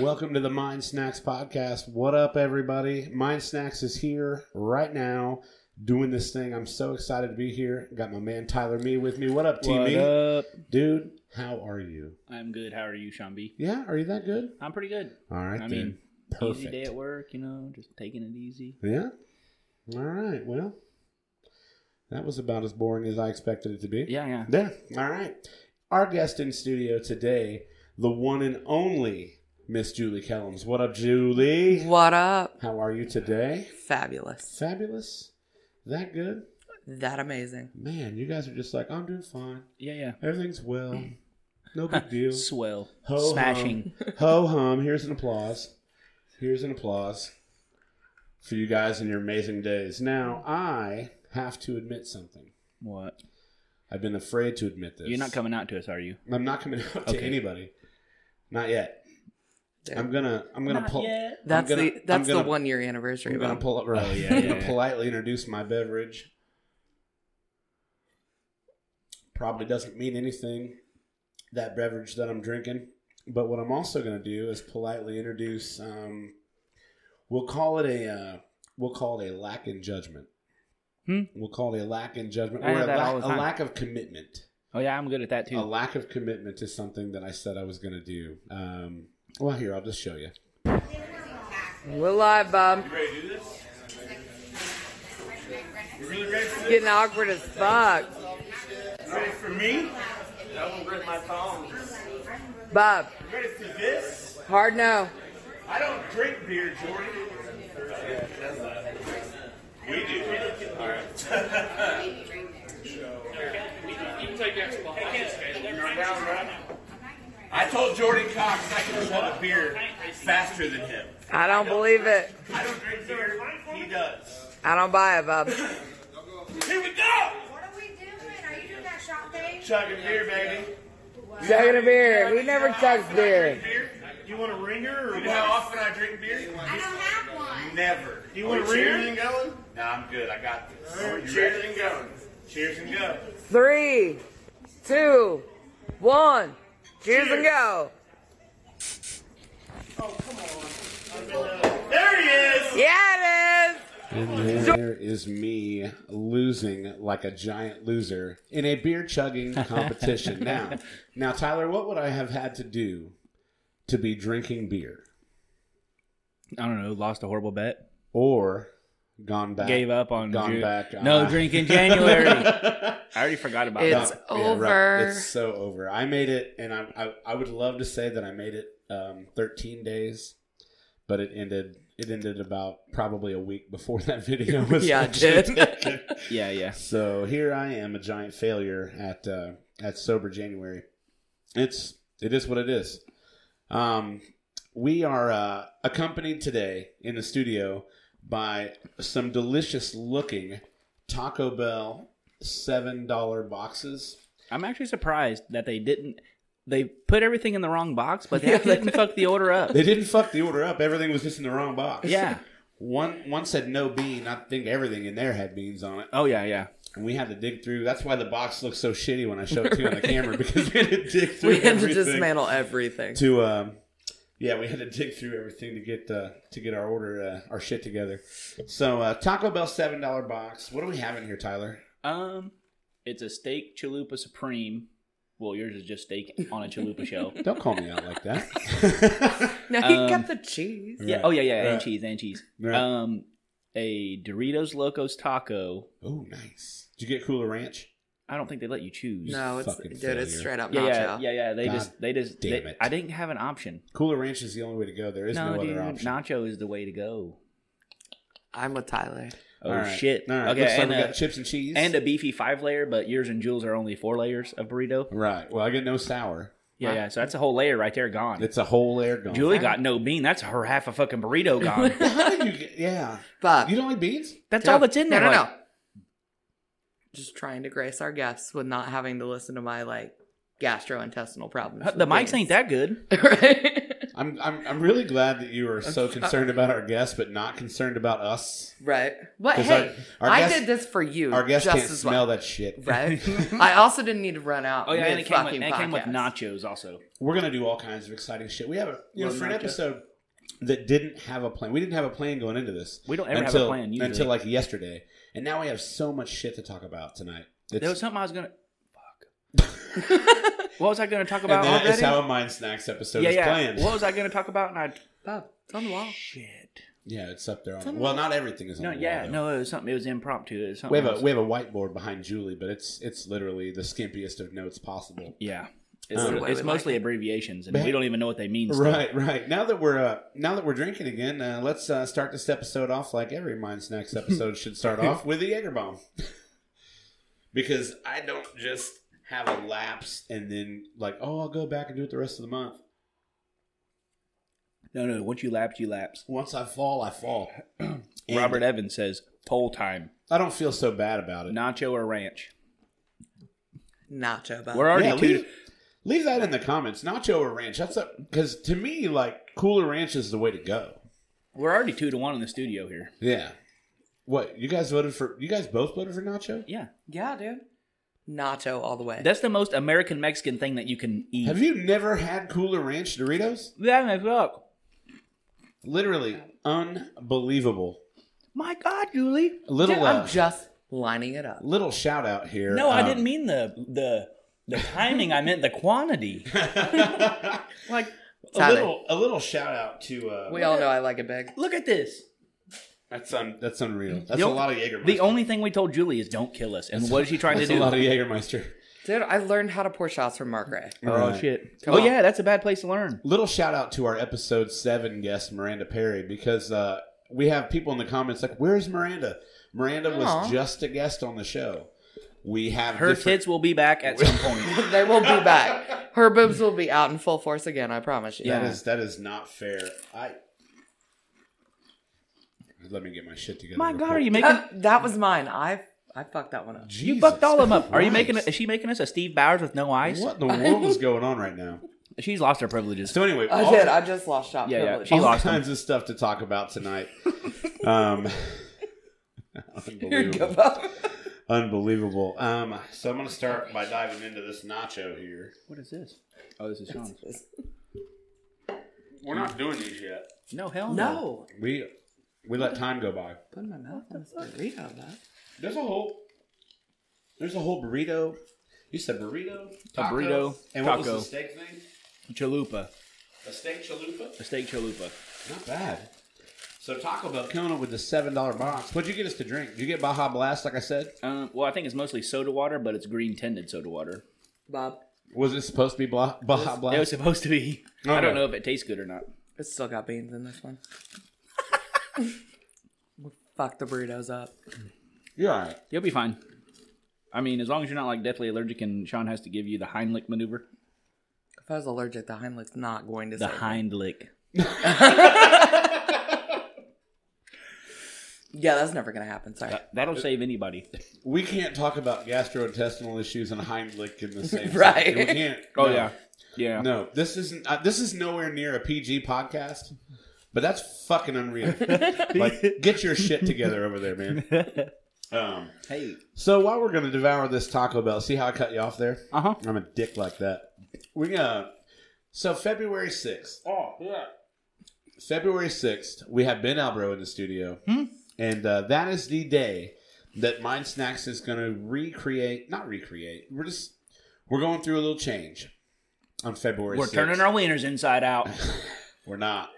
Welcome to the Mind Snacks podcast. What up, everybody? Mind Snacks is here right now doing this thing. I'm so excited to be here. Got my man Tyler Me with me. What up, T What Me? up? Dude, how are you? I'm good. How are you, Sean B? Yeah, are you that good? I'm pretty good. All right, I then. mean, Easy perfect. day at work, you know, just taking it easy. yeah. All right. Well, that was about as boring as I expected it to be. Yeah, yeah. Yeah. All right. Our guest in studio today, the one and only Miss Julie Kellums. What up, Julie? What up? How are you today? Fabulous. Fabulous. That good? That amazing. Man, you guys are just like, I'm doing fine. Yeah, Everything's well. No big deal. yeah. Swell. Ho-hum. Smashing. Ho hum. Here's an applause. Here's an applause for you guys and your amazing days. Now, I have to admit something. What? I've been afraid to admit this. You're not coming out to us, are you? I'm not coming out to Okay. anybody. Not yet. Dude. I'm gonna. I'm gonna pull. yet. That's gonna- the I'm that's gonna- the one year anniversary. I'm gonna Bob. pull up. Right, Oh, I'm yeah, yeah, gonna yeah. politely introduce my beverage. Probably doesn't mean anything. That beverage that I'm drinking, but what I'm also gonna do is politely introduce. Um, we'll call it a. Uh, we'll call it a lack in judgment. Hmm? We'll call it a lack in judgment, I or hear a, that lack, all the a time. lack of commitment. Oh, yeah, I'm good at that, a too. lack of commitment to something that I said I was going to do. Um, well, here I'll just show you. We're live, Bob. It's getting awkward as fuck. Ready for me? I won't grip my palms. Bob, Ready for this? hard no. I don't drink beer, Jordan. We do. All right. I told Jordan Cox I can shut a beer faster than him. I don't believe it. I don't drink beer. He does. I don't buy it, Bob. Here we go. What are we doing? Are you doing that shot thing? Chugging beer, baby. Chugging a beer. We never chugs beer. Beer. You want a ringer or You know how often I drink beer? I don't have one. Never. Do you want a ringer? going? Nah, I'm good. I got this. cheers and go. Cheers and go. Three, two, one. Cheers and go. There he is. Yeah, it is. And there is me losing like a giant loser in a beer chugging competition. now, now, Tyler, what would I have had to do to be drinking beer I don't know. Lost a horrible bet. or gone back? Gave up on gone Ju- back. No uh, drink in January. I already forgot about It's- that. yeah, over. It's so over. I made it, and I, I I would love to say that I made it um, 13 days, but it ended it ended about probably a week before that video was. Yeah, it did. taken. Yeah, yeah. so here I am, a giant failure at uh, at sober January. It's it is what it is. Um, we are uh, accompanied today in the studio by some delicious looking Taco Bell seven dollar boxes. I'm actually surprised that they didn't. They put everything in the wrong box, but they actually didn't fuck the order up. They didn't fuck the order up. Everything was just in the wrong box. Yeah. One one said no bean. I think everything in there had beans on it, Oh, yeah, yeah. and we had to dig through. That's why the box looks so shitty when I show it to you on the camera because we had to dig through. We had to everything dismantle everything. to um, yeah, we had to dig through everything to get uh, to get our order uh, our shit together. So uh, Taco Bell seven dollar box. What do we have in here, Tyler? Um, It's a steak chalupa supreme. Well, yours is just steak on a chalupa shell. Don't call me out like that. Now he Um, got the cheese. Yeah. Right. Oh yeah, yeah, and Right. cheese, and cheese. Right. Um, a Doritos Locos Taco. oh, nice. Did you get Cooler Ranch? I don't think they let you choose. No, it's Fucking dude, failure. it's straight up Yeah, yeah, nacho. yeah, yeah. They God just, they just. damn they- it. I didn't have an option. Cooler Ranch is the only way to go. There is no, no, dude, other option. nacho is the way to go. I'm with Tyler. Oh All right. shit! All right. Okay, Looks like and, we a, got chips and cheese and a beefy five layer, but yours and Jules are only four layers of burrito. Right. Well, I get no sour. Yeah, yeah. So that's a whole layer right there gone. It's a whole air gone. Julie got no bean. That's her half a fucking burrito gone. How did you get? Yeah. Bob, You don't like beans? that's No, all that's in there. No, no, like- no. Just trying to grace our guests with not Uh, having to listen to my like gastrointestinal problems. The mics ain't that good. right. I I'm, I'm I'm really glad that you were so concerned about our guests, but not concerned about us. Right. What? 'Cause Hey, our- our I guest- did this for you. Our guests just can't as smell well. that shit. Right. I also didn't need to run out. Oh yeah, and it came, with, fucking and it came with podcast. nachos also. We're gonna do all kinds of exciting shit. We have a you know Love for an nachos. episode that didn't have a plan. We didn't have a plan going into this. We don't ever have a until, plan, usually. until like yesterday, and now we have so much shit to talk about tonight. It's, There was something I was gonna. Fuck. what was I gonna talk and about that is already? how a mind snacks episode yeah, is yeah. planned. What was I gonna talk about? And I Bob, it's on the wall. shit. Yeah, it's up there. It's On, on well, not everything is on. No, the wall, yeah, though. no, it was something. It was impromptu. It was something Oh, We have a else. we have a whiteboard behind Julie, but it's it's literally the skimpiest of notes possible. yeah. It's, Um, it's Way we like mostly abbreviations, and But- we don't even know what they mean. still. Right, right. Now that we're uh, now that we're drinking again, uh, let's uh, start this episode off like every Mind Snacks episode should start off with a Jaeger bomb, because I don't just have a lapse and then like, oh, I'll go back and do it the rest of the month. No, no. Once you lapse, you lapse. Once I fall, I fall. And Robert Evans says poll time: I don't feel so bad about it. nacho or ranch. Nacho Bob. We're already Uh, Yeah, two. leave, leave that in the comments. Nacho or ranch? That's up because to me, like cooler ranch is the way to go. We're already two to one in the studio here. Yeah. What you guys voted for? You guys both voted for Nacho. Yeah, yeah, dude. Nacho all the way. that's the most American Mexican thing that you can eat. Have you never had Cooler Ranch Doritos? That is up. Literally unbelievable. My God, Julie. A little Dude, uh, I'm just lining it up. little shout out here. No, I Um, didn't mean the the the timing. I meant the quantity. Like a Tyler. little a little shout out to uh, We all know I like it big. look at this. that's un, that's unreal. That's The a o- lot of Jägermeister. The only thing we told Julie is don't kill us. And what is she trying to that's a do? lot of Jägermeister. Dude, I learned how to pour shots from Mark Ray. oh Right. shit. Come oh on. yeah, that's a bad place to learn. Little shout out to our episode seven guest Miranda Perry because uh, we have people in the comments like, "Where's Miranda?" Miranda was Aw. just a guest on the show. We have Her different- kids will be back at some point. they will be back. Her boobs will be out in full force again, I promise you. That Yeah. is that is not fair. I let me get my shit together. My real God, quick. are you making? Uh, that was mine. I I fucked that one up. You Jesus fucked all of them up. Are you Christ. making? Is she making us a Steve Bowers with no eyes? What in the world is going on right now? She's lost her privileges. So anyway, I all, did. I just lost shot Yeah, yeah. privilege. She all lost them. kinds of stuff to talk about tonight. um, unbelievable. unbelievable. Um, so I'm gonna start by diving into this nacho here. What is this? Oh, this is Sean. We're not doing these yet. No hell no. No. We we let time go by. Put my mouth on this burrito, man. There's a whole there's a whole burrito. You said burrito, A burrito, and what was taco. the steak thing? Chalupa, A steak chalupa. a steak chalupa. Not bad. So Taco Bell killing it with the seven dollar box. What'd you get us to drink? Did you get Baja Blast? Like I said, Um, well, I think it's mostly soda water, but it's green tinted soda water. Bob, was it supposed to be Bla- Baja It was Blast? supposed to be. I Okay. don't know if it tastes good or not. it's still got beans in this one. We Fuck the burritos up. You're all right. You'll be fine. I mean, as long as you're not like deathly allergic, and Sean has to give you the Heimlich maneuver. If I was allergic, the Heimlich's not going to The save me. Heimlich. Yeah, that's never gonna happen. Sorry. That'll save anybody. We can't talk about gastrointestinal issues and Heimlich in the same Right. sentence. We can't. Oh no. yeah, yeah. No, this isn't. Uh, this is nowhere near a PG podcast. But that's fucking unreal. like, get your shit together over there, man. Um, Hey, so while we're gonna devour this Taco Bell, see how I cut you off there? uh huh. I'm a dick like that. We're gonna. So February sixth. Oh yeah. February sixth, we have Ben Albro in the studio, Hmm? and uh, that is the day that Mind Snacks is gonna recreate. Not recreate. We're just we're going through a little change on February. We're 6th. turning our wieners inside out. We're not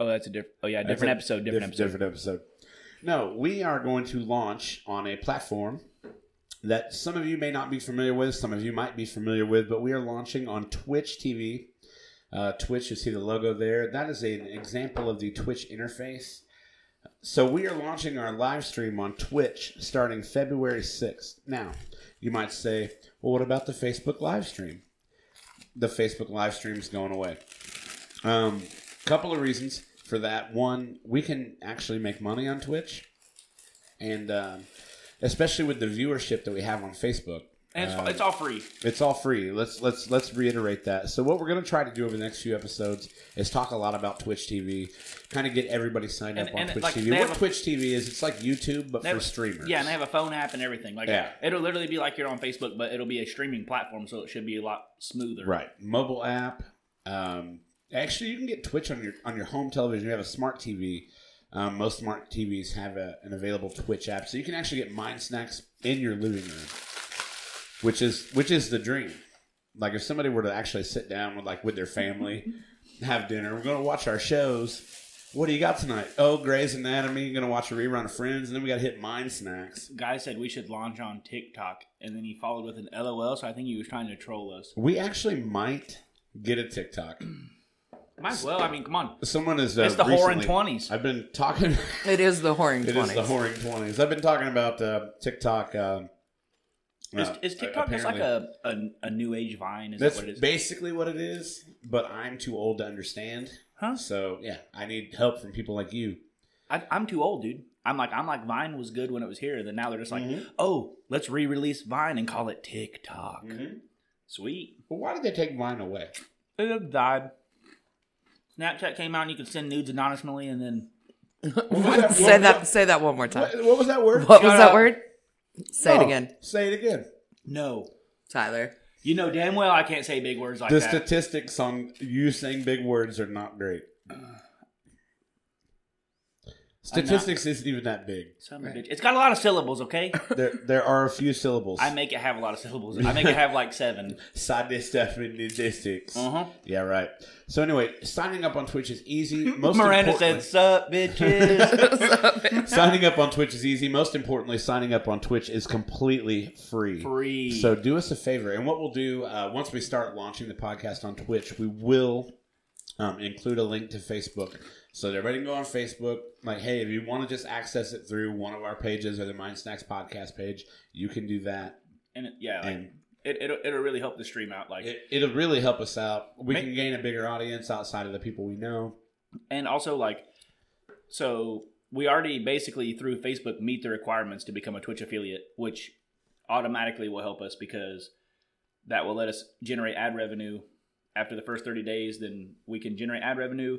Oh, that's a different. Oh yeah, different That's a- episode. Different diff- episode. Different episode. No, we are going to launch on a platform that some of you may not be familiar with, some of you might be familiar with, but we are launching on Twitch TV. Uh, Twitch, you see the logo there. That is an example of the Twitch interface. So we are launching our live stream on Twitch starting February 6th. Now, you might say, well, what about the Facebook live stream? The Facebook live stream is going away. Um, couple of reasons for that. One, we can actually make money on Twitch, and um, especially with the viewership that we have on Facebook, And it's, it's all free. It's all free. Let's let's let's reiterate that. So what we're gonna try to do over the next few episodes is talk a lot about Twitch TV, kind of get everybody signed And- up on and, Twitch like, TV. they What have a- Twitch TV is? It's like YouTube but They for have- streamers. Yeah, and they have a phone app and everything. Like Yeah. it'll literally be like you're on Facebook, but it'll be a streaming platform, so it should be a lot smoother. right mobile app. Um, actually, you can get Twitch on your on your home television. You have a smart TV. Um, most smart TVs have a, an available Twitch app, so you can actually get Mind Snacks in your living room, which is which is the dream. Like if somebody were to actually sit down with like with their family, have dinner, we're gonna watch our shows. What do you got tonight? Oh, Grey's Anatomy. You're gonna watch a rerun of Friends, and then we got to hit Mind Snacks. Guy said we should launch on TikTok, and then he followed with an LOL. So I think he was trying to troll us. We actually might get a TikTok. Might as well. I mean, come on. Someone is uh, It's the whoring recently- 20s. I've been talking. It is the whoring It 20s. is the whoring twenties. I've been talking about uh, TikTok. Um, Is, uh, is TikTok just like apparently. a, a a new age Vine? Is That's that what it is? basically what it is, but I'm too old to understand. huh? So yeah, I need help from people like you. I, I'm too old, dude. I'm like I'm like Vine was good when it was here. Then now they're just like, Mhm. oh, let's re-release Vine and call it TikTok. Mhm. Sweet. But why did they take mine away? It died. Snapchat came out and you could send nudes anonymously, and then What- say what- that. say that one more time. What, what was that word? What, was Shut that up. word? Say Oh, it again, Say it again. no, Tyler. you know damn well I can't say big words like the that. statistics on you saying big words are not great. Uh, Statistics isn't even that big. Son of a bitch. It's got a lot of syllables, okay? There, there are a few syllables. I make it have a lot of syllables. I make it have like seven. Sadistic statistics. Uh-huh. Yeah, right. So anyway, signing up on Twitch is easy. Most Miranda importantly- said, "Sup, bitches." signing up on Twitch is easy. Most importantly, signing up on Twitch is completely free. Free. So do us a favor, and what we'll do uh, once we start launching the podcast on Twitch, we will um, include a link to Facebook, so that everybody can go on Facebook. Like, hey, if you want to just access it through one of our pages or the Mind Snacks podcast page, you can do that, and it, yeah, like, and it, it'll it'll really help the stream out. Like, it, it'll really help us out. We Ma- can gain a bigger audience outside of the people we know. and also like, so we already basically through Facebook meet the requirements to become a Twitch affiliate, which automatically will help us because that will let us generate ad revenue after the first 30 days then we can generate ad revenue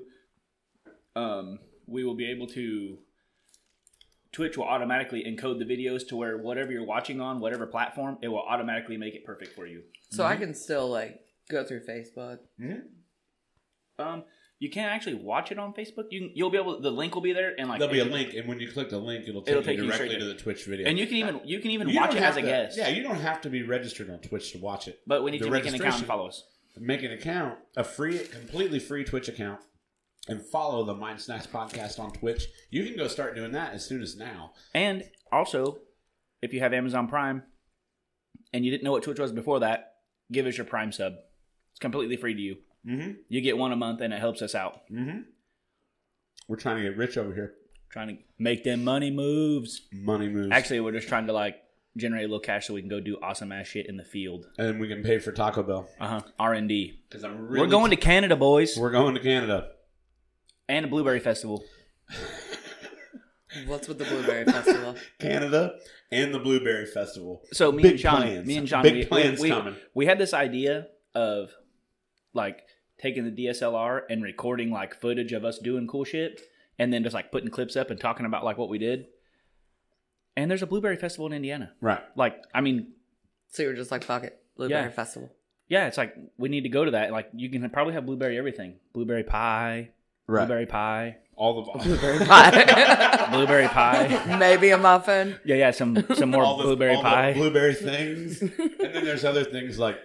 um, we will be able to twitch will automatically encode the videos to where whatever you're watching on whatever platform it will automatically make it perfect for you So I can still like go through Facebook. um, you can't actually watch it on facebook you can, you'll be able the link will be there and like There'll be a link, and when you click the link, it'll take It'll you take you directly straight to to- the Twitch video. and you can even you can even You watch don't it as have a to- guest Yeah, you don't have to be registered on Twitch to watch it. but we need The to make an account registration- and follow us Make an account, a free, completely free Twitch account, and follow the Mind Snacks podcast on Twitch. You can go start doing that as soon as now. And also, if you have Amazon Prime and you didn't know what Twitch was before that, give us your Prime sub. It's completely free to you. Mm-hmm. You get one a month and it helps us out. Mm-hmm. We're trying to get rich over here. Trying to make them money moves. Money moves. Actually, we're just trying to like generate a little cash so we can go do awesome ass shit in the field. and then we can pay for Taco Bell Uh huh. R and D. because I'm really We're going to Canada, boys, we're going to Canada. and a blueberry festival. What's with the Blueberry Festival? Canada and the Blueberry Festival. So me Big and Sean, plans. me and Sean, Big we, we- plans we, coming. we had this idea of like taking the DSLR and recording like footage of us doing cool shit, and then just like putting clips up and talking about like what we did. And there's a blueberry festival in Indiana. Right. Like, I mean, so you were just like, fuck it, Blueberry Yeah. Festival. yeah, it's like we need to go to that. Like, you can probably have blueberry everything, blueberry pie, Right. blueberry pie, All the blueberry Pie. blueberry pie. Maybe a muffin. Yeah, yeah, some some more all the blueberry all the pie. blueberry things, and then there's other things like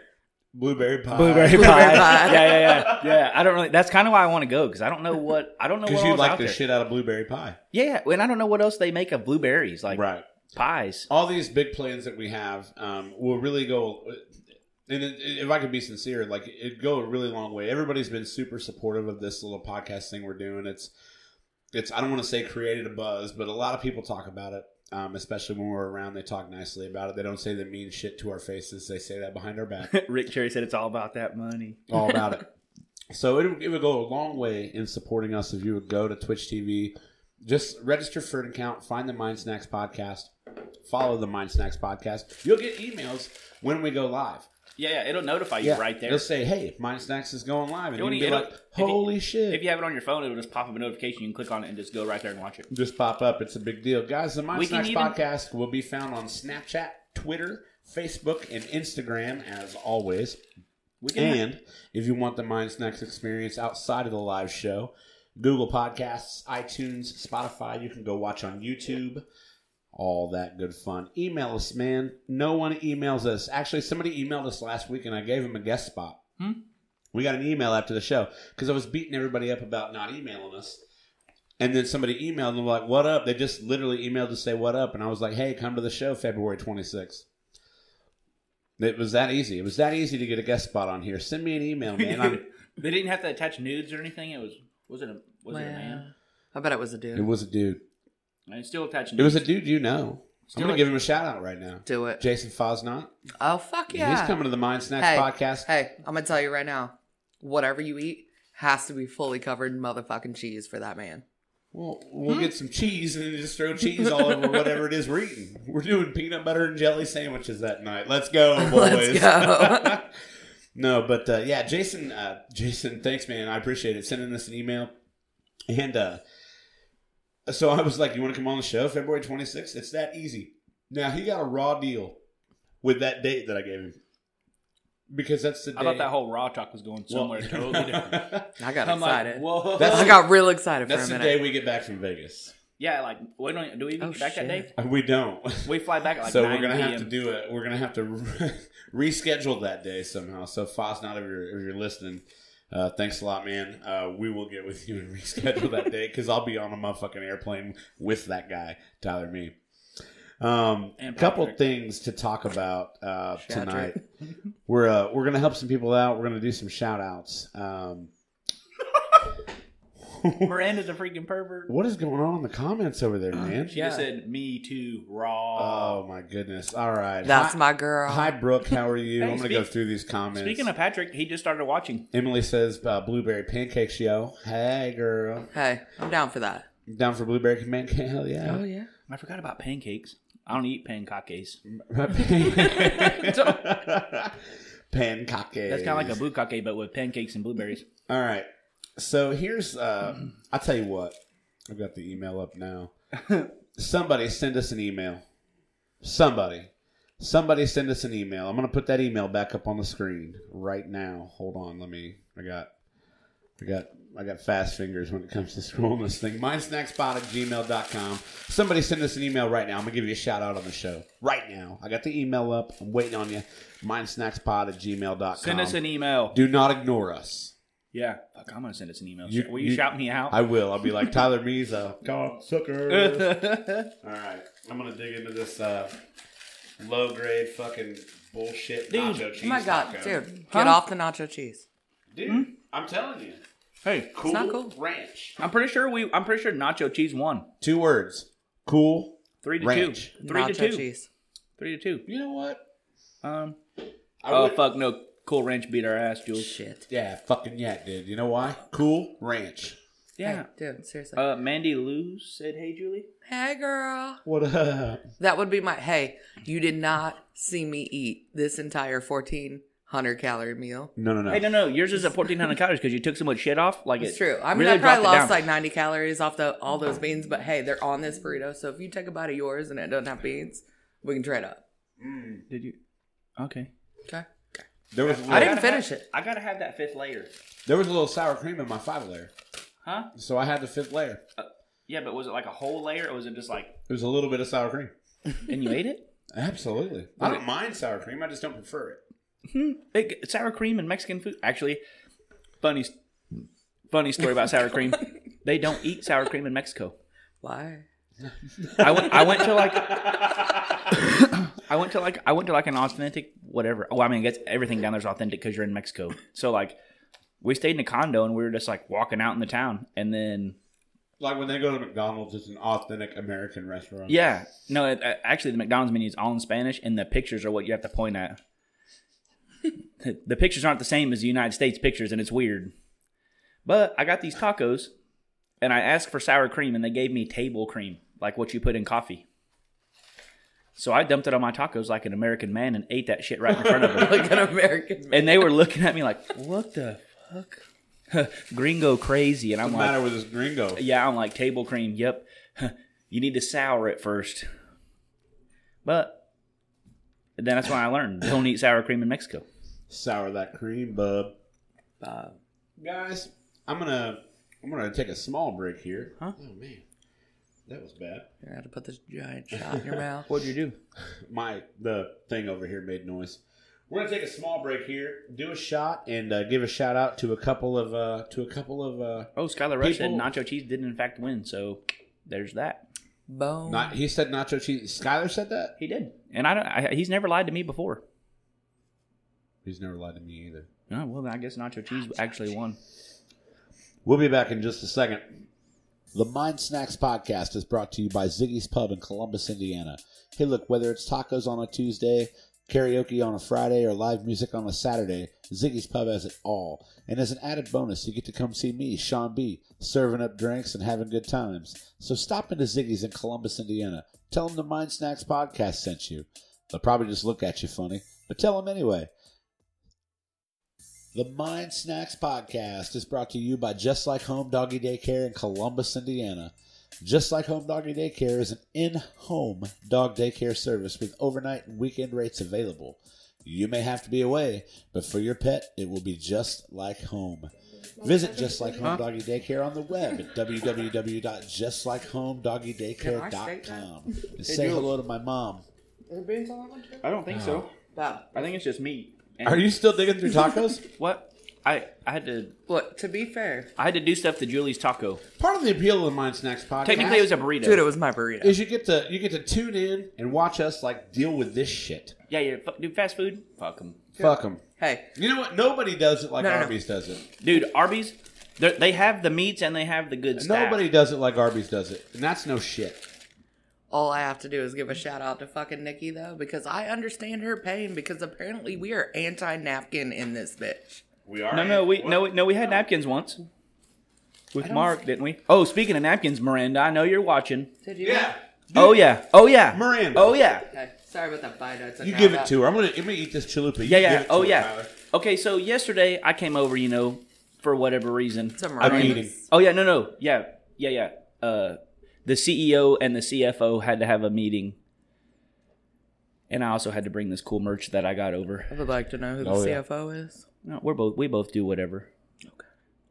blueberry pie, Blueberry, Blueberry pie. pie. Yeah, yeah, yeah, yeah. I don't really. That's kind of why I want to go because I don't know what I don't know because what you else like out the there. shit out of blueberry pie, Yeah, and I don't know what else they make of blueberries, like right? pies. All these big plans that we have um, will really go. And it, if I could be sincere, like it go a really long way. Everybody's been super supportive of this little podcast thing we're doing. It's, it's. I don't want to say created a buzz, but a lot of people talk about it. Um, especially when we're around, they talk nicely about it. They don't say the mean shit to our faces. They say that behind our back. Rick Cherry said it's all about that money. all about it. So it, it would go a long way in supporting us if you would go to Twitch TV, just register for an account, find the Mind Snacks podcast, Follow the Mind Snacks podcast. You'll get emails when we go live. Yeah, yeah, it'll notify you right there. They'll say, "Hey, Mind Snacks is going live," and It'll- you'll be it'll- like, if you- "Holy shit!" If you have it on your phone, it'll just pop up a notification. You can click on it and just go right there and watch it. just pop up. It's a big deal, guys. The Mind We can Snacks even- podcast will be found on Snapchat, Twitter, Facebook, and Instagram, as always. We can And if you want the Mind Snacks experience outside of the live show, Google Podcasts, iTunes, Spotify, you can go watch on YouTube. All that good fun. Email us, man. No one emails us. Actually, somebody emailed us last week and I gave him a guest spot. Hmm. We got an email after the show because I was beating everybody up about not emailing us. And then somebody emailed and they were like, What up? They just literally emailed to say, What up? And I was like, Hey, come to the show February 26th. It was that easy. It was that easy to get a guest spot on here. Send me an email, man. I'm, they didn't have to attach nudes or anything. It was was it a was it a man? I bet it was a dude. it was a dude. And it's still attached nudes. It was a dude you know. Still I'm gonna like- give him a shout out right now. Do it. Jason Fosnot. Oh fuck yeah! He's coming to the Mind Snacks Hey, podcast. Hey, I'm gonna tell you right now, whatever you eat has to be fully covered in motherfucking cheese for that man. We'll, we'll get Hmm? some cheese and then just throw cheese all over whatever it is we're eating. We're doing peanut butter and jelly sandwiches that night. Let's go, boys. Let's go. no, but uh, yeah, Jason, uh, Jason, thanks, man. I appreciate it. Sending us an email. And uh, so I was like, you want to come on the show February 26th? It's that easy. Now, he got a raw deal with that date that I gave him. Because that's the day. I thought that whole raw talk was going somewhere totally different. I got I'm like, excited. whoa. That's- I got real excited for That's a the minute. day we get back from Vegas. yeah, like we don't, do we even Oh, get back that shit. day? We don't. We fly back at like so 9 we're gonna p.m. have to do it. We're gonna have to reschedule that day somehow. So Foss, not if you're if you're listening, uh, thanks a lot, man. Uh, we will get with you and reschedule that day because I'll be on a motherfucking airplane with that guy Tyler me. Um, a And couple Patrick. things to talk about uh, Shout tonight. We're uh, we're gonna help some people out. We're gonna do some shout outs. Um, Miranda's a freaking pervert. what is going on in the comments over there, man? She just said me too raw. Oh my goodness! All right, That's Hi- my girl. Hi, Brooke. How are you? Hey, I'm going to speak- go through these comments. Speaking of Patrick, he just started watching. Emily says uh, blueberry pancakes, yo. Hey, girl. Hey, I'm down for that. Down for blueberry pancake? Hell yeah. Oh, yeah. I forgot about pancakes. I don't eat pancakes. pancakes. That's kind of like a bukkake, but with pancakes and blueberries. All right. So here's, uh, I'll tell you what. I've got the email up now. Somebody send us an email. Somebody. Somebody send us an email. I'm going to put that email back up on the screen right now. Hold on. Let me, I got, I got, I got fast fingers when it comes to scrolling this thing. Mindsnackspot at gmail.com. Somebody send us an email right now. I'm going to give you a shout out on the show right now. I got the email up. I'm waiting on you. Mindsnackspot at gmail.com. Send us an email. Do not ignore us. Yeah. Fuck, I'm going to send us an email. You- Will you, you- shout me out? I will. I'll be like Tyler Mees, a cock sucker. All right, I'm gonna dig into this uh, low grade fucking bullshit Dude, nacho cheese. Oh my god, taco. dude, get Huh? off the nacho cheese. Dude, I'm telling you, hey, cool, not cool. ranch. I'm pretty sure we. I'm pretty sure nacho cheese won Two words, cool. three to Ranch. two. Three nacho to two. cheese. Three to two. You know what? Um. I Oh would- fuck no! Cool Ranch beat our ass, Jules. Shit. Yeah, fucking yeah, dude. You know why? Cool ranch. Yeah. Hey, dude, seriously. Uh, Mandy Lou said, "Hey, Julie." hey, girl. What up? That would be my. Hey, you did not see me eat this entire 1,400 calorie meal. No, no, no. Hey, no, no, yours is at fourteen hundred calories because you took so much shit off. Like It's it true. I mean, really I probably dropped it down. lost like 90 calories off the all those beans, but hey, they're on this burrito. So if you take a bite of yours and it doesn't have beans, we can trade up. Did you? Okay. Okay. There was a I little, didn't finish it. I gotta have that fifth layer, there was a little sour cream in my five layer, huh? so I had the fifth layer. Yeah, but was it like a whole layer, or was it just like? There was a little bit of sour cream. And you ate it? Absolutely. I don't mind sour cream. I just don't prefer it. Big sour cream and Mexican food. Actually, funny, funny story about sour cream. They don't eat sour cream in Mexico. Why? I went. I went to like. I went to like. I went to like an authentic whatever. Oh, I mean, I guess everything down there's authentic because you're in Mexico. So like, we stayed in a condo and we were just like walking out in the town, and then Like when they go to McDonald's, it's an authentic American restaurant. yeah, no, it, uh, actually the McDonald's menu is all in Spanish, and the pictures are what you have to point at. The- the pictures aren't the same as the United States pictures, and it's weird. But I got these tacos, and I asked for sour cream, and they gave me table cream, like what you put in coffee. So I dumped it on my tacos like an American man and ate that shit right in front of them. like an American. and they were looking at me like, "What the fuck, gringo crazy?" And I'm What's the like, matter with this gringo? "Yeah, I'm like table cream. Yep, you need to sour it first. But then that's why I learned don't eat sour cream in Mexico. Sour that cream, bub. Bob. Guys, I'm gonna I'm gonna take a small break here. Huh? Oh man, that was bad. You're gonna have to put this giant shot in your mouth. What'd you do? My the thing over here made noise. We're gonna take a small break here, do a shot, and uh, give a shout out to a couple of uh, to a couple of uh, Oh, Skylar Rush said People- nacho cheese did in fact win. So there's that. Boom. not. He said nacho cheese. Skyler said that. He did, and I, don't, I he's never lied to me before. He's never lied to me either. Oh, well, then I guess nacho cheese actually won. We'll be back in just a second. The Mind Snacks podcast is brought to you by Ziggy's Pub in Columbus, Indiana. Hey, look, whether it's tacos on a Tuesday, karaoke on a Friday, or live music on a Saturday, Ziggy's Pub has it all. And as an added bonus, you get to come see me, Sean B., serving up drinks and having good times. So stop into Ziggy's in Columbus, Indiana. Tell them the Mind Snacks podcast sent you. They'll probably just look at you funny, but tell them anyway. The Mind Snacks podcast is brought to you by Just Like Home Doggy Daycare in Columbus, Indiana. Just Like Home Doggy Daycare is an in home dog daycare service with overnight and weekend rates available. You may have to be away, but for your pet, it will be just like home. Visit Just Like Home Doggy Daycare on the web at www.justlikehomedoggydaycare.com and say hello to my mom. I don't think so. Bob. I think it's just me. And Are you still digging through tacos? What? I I had to Look, to be fair, I had to do stuff to Julie's taco. Part of the appeal of the Mind Snacks podcast. Technically, Uh-huh. it was a burrito. dude, it was my burrito. is you get to you get to tune in and watch us like deal with this shit. yeah, yeah. Fuck, dude, fast food. Fuck them, Fuck 'em. Fuck them. Hey, You know what? Nobody does it like No, no, no. Arby's does it. dude. Arby's. they're- They have the meats and they have the good stuff. Nobody does it like Arby's does it, and that's no shit. all I have to do is give a shout out to fucking Nikki though, because I understand her pain because apparently we are anti napkin in this bitch. We are. No, no, we no, no. We had napkins once with Mark, didn't we? Oh, speaking of napkins, Miranda, I know you're watching. Did you? Yeah. Oh yeah, oh yeah, Miranda. Oh yeah, Okay. Sorry about that bite. notes. You give it to her. I'm gonna I'm gonna eat this chalupa. You yeah, yeah. give it to Oh her, yeah. Tyler. Okay, so yesterday I came over, you know, for whatever reason. Some I'm Miranda's. eating. Oh yeah, no, no, yeah, yeah, yeah. Uh, the CEO and the CFO had to have a meeting, and I also had to bring this cool merch that I got over. I would like to know who the Oh, yeah. CFO is. No, we're both we both do whatever.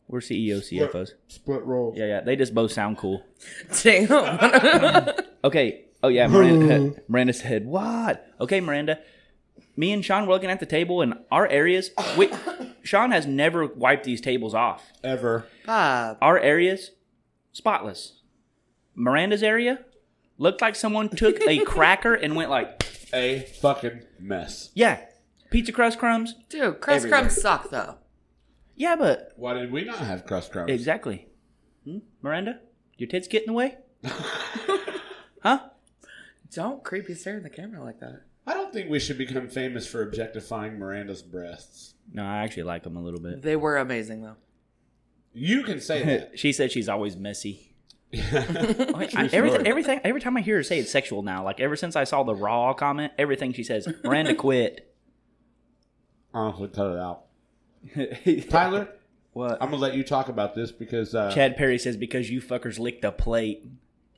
We're E CEO CFOs. Split roll. Yeah, yeah. They just both sound cool. Damn. Okay. Oh yeah, Miranda, Miranda said what? Okay, Miranda. Me and Sean were looking at the table, and our areas. We, Sean has never wiped these tables off. Ever. Bob. Our areas, spotless. Miranda's area looked like someone took a cracker and went like, A fucking mess. yeah, pizza crust crumbs. Dude, crust Everywhere. crumbs suck though. Yeah, but Why did we not have crust crumbs? exactly. Hmm? Miranda, your tits get in the way? huh? Don't creepy stare in the camera like that. I don't think we should become famous for objectifying Miranda's breasts. No, I actually like them a little bit. They were amazing though. You can say that. She said she's always messy. Yeah. Wait, I, story. everything, everything, every time I hear her say it's sexual now, like ever since I saw the raw comment, everything she says, Miranda quit. Honestly, cut it out. Tyler, what? I'm gonna let you talk about this because uh, Chad Perry says because you fuckers licked the plate.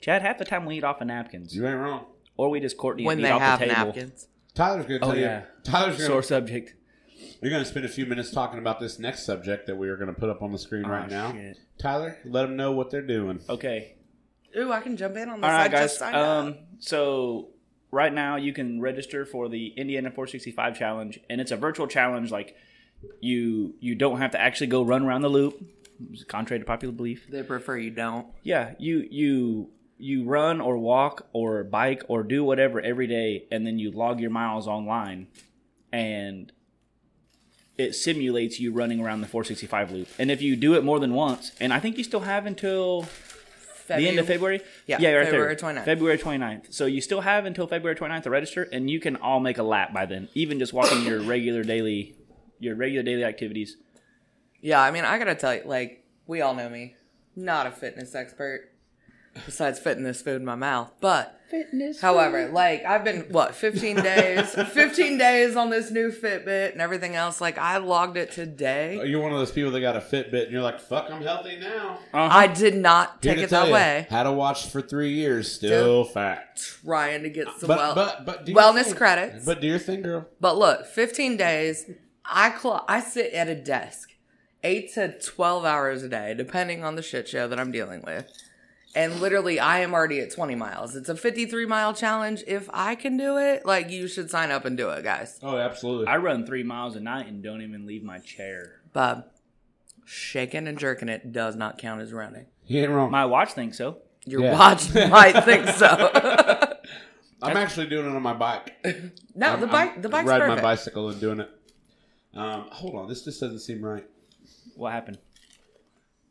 Chad, half the time we eat off of napkins, you ain't wrong. or we just Courtney when and eat they off have the table. napkins. Tyler's gonna tell Oh, you. yeah. Tyler's gonna. Sore subject. You're gonna spend a few minutes talking about this next subject that we are gonna put up on the screen Oh, right now. shit. Tyler, let them know what they're doing. Okay. Ooh, I can jump in on this. All right, I guys. Just signed up. Um, so right now you can register for the Indiana 465 challenge, and it's a virtual challenge. Like you, you don't have to actually go run around the loop, contrary to popular belief. They prefer you don't. Yeah, you you you run or walk or bike or do whatever every day, and then you log your miles online, and it simulates you running around the 465 loop. And if you do it more than once, and I think you still have until the end of February. Yeah, right February there. 29th. February 29th. So you still have until February 29th to register, and you can all make a lap by then, even just walking your regular daily your regular daily activities. Yeah, I mean, I gotta tell you, like, we all know me. Not a fitness expert. besides fitting this food in my mouth. But however, like I've been what 15 days, 15 days on this new Fitbit and everything else. Like I logged it today. You're one of those people that got a Fitbit and you're like, fuck, I'm healthy now. I did not Here take to it tell that ya, way. Had a watch for three years, still fat. Trying to get some But, well, but, but do your wellness thing. credits. But do your thing, girl. But look, 15 days, I clock, I sit at a desk eight to 12 hours a day, depending on the shit show that I'm dealing with. And literally, I am already at 20 miles. It's a 53 mile challenge. If I can do it, like, you should sign up and do it, guys. Oh, absolutely. I run three miles a night and don't even leave my chair. Bob, shaking and jerking it does not count as running. you ain't wrong. My watch thinks so. Your Yeah. watch might think so. I'm actually doing it on my bike. no, I'm- the I'm bike, the bike's riding perfect. my bicycle and doing it. Um, hold on, this just doesn't seem right. What happened?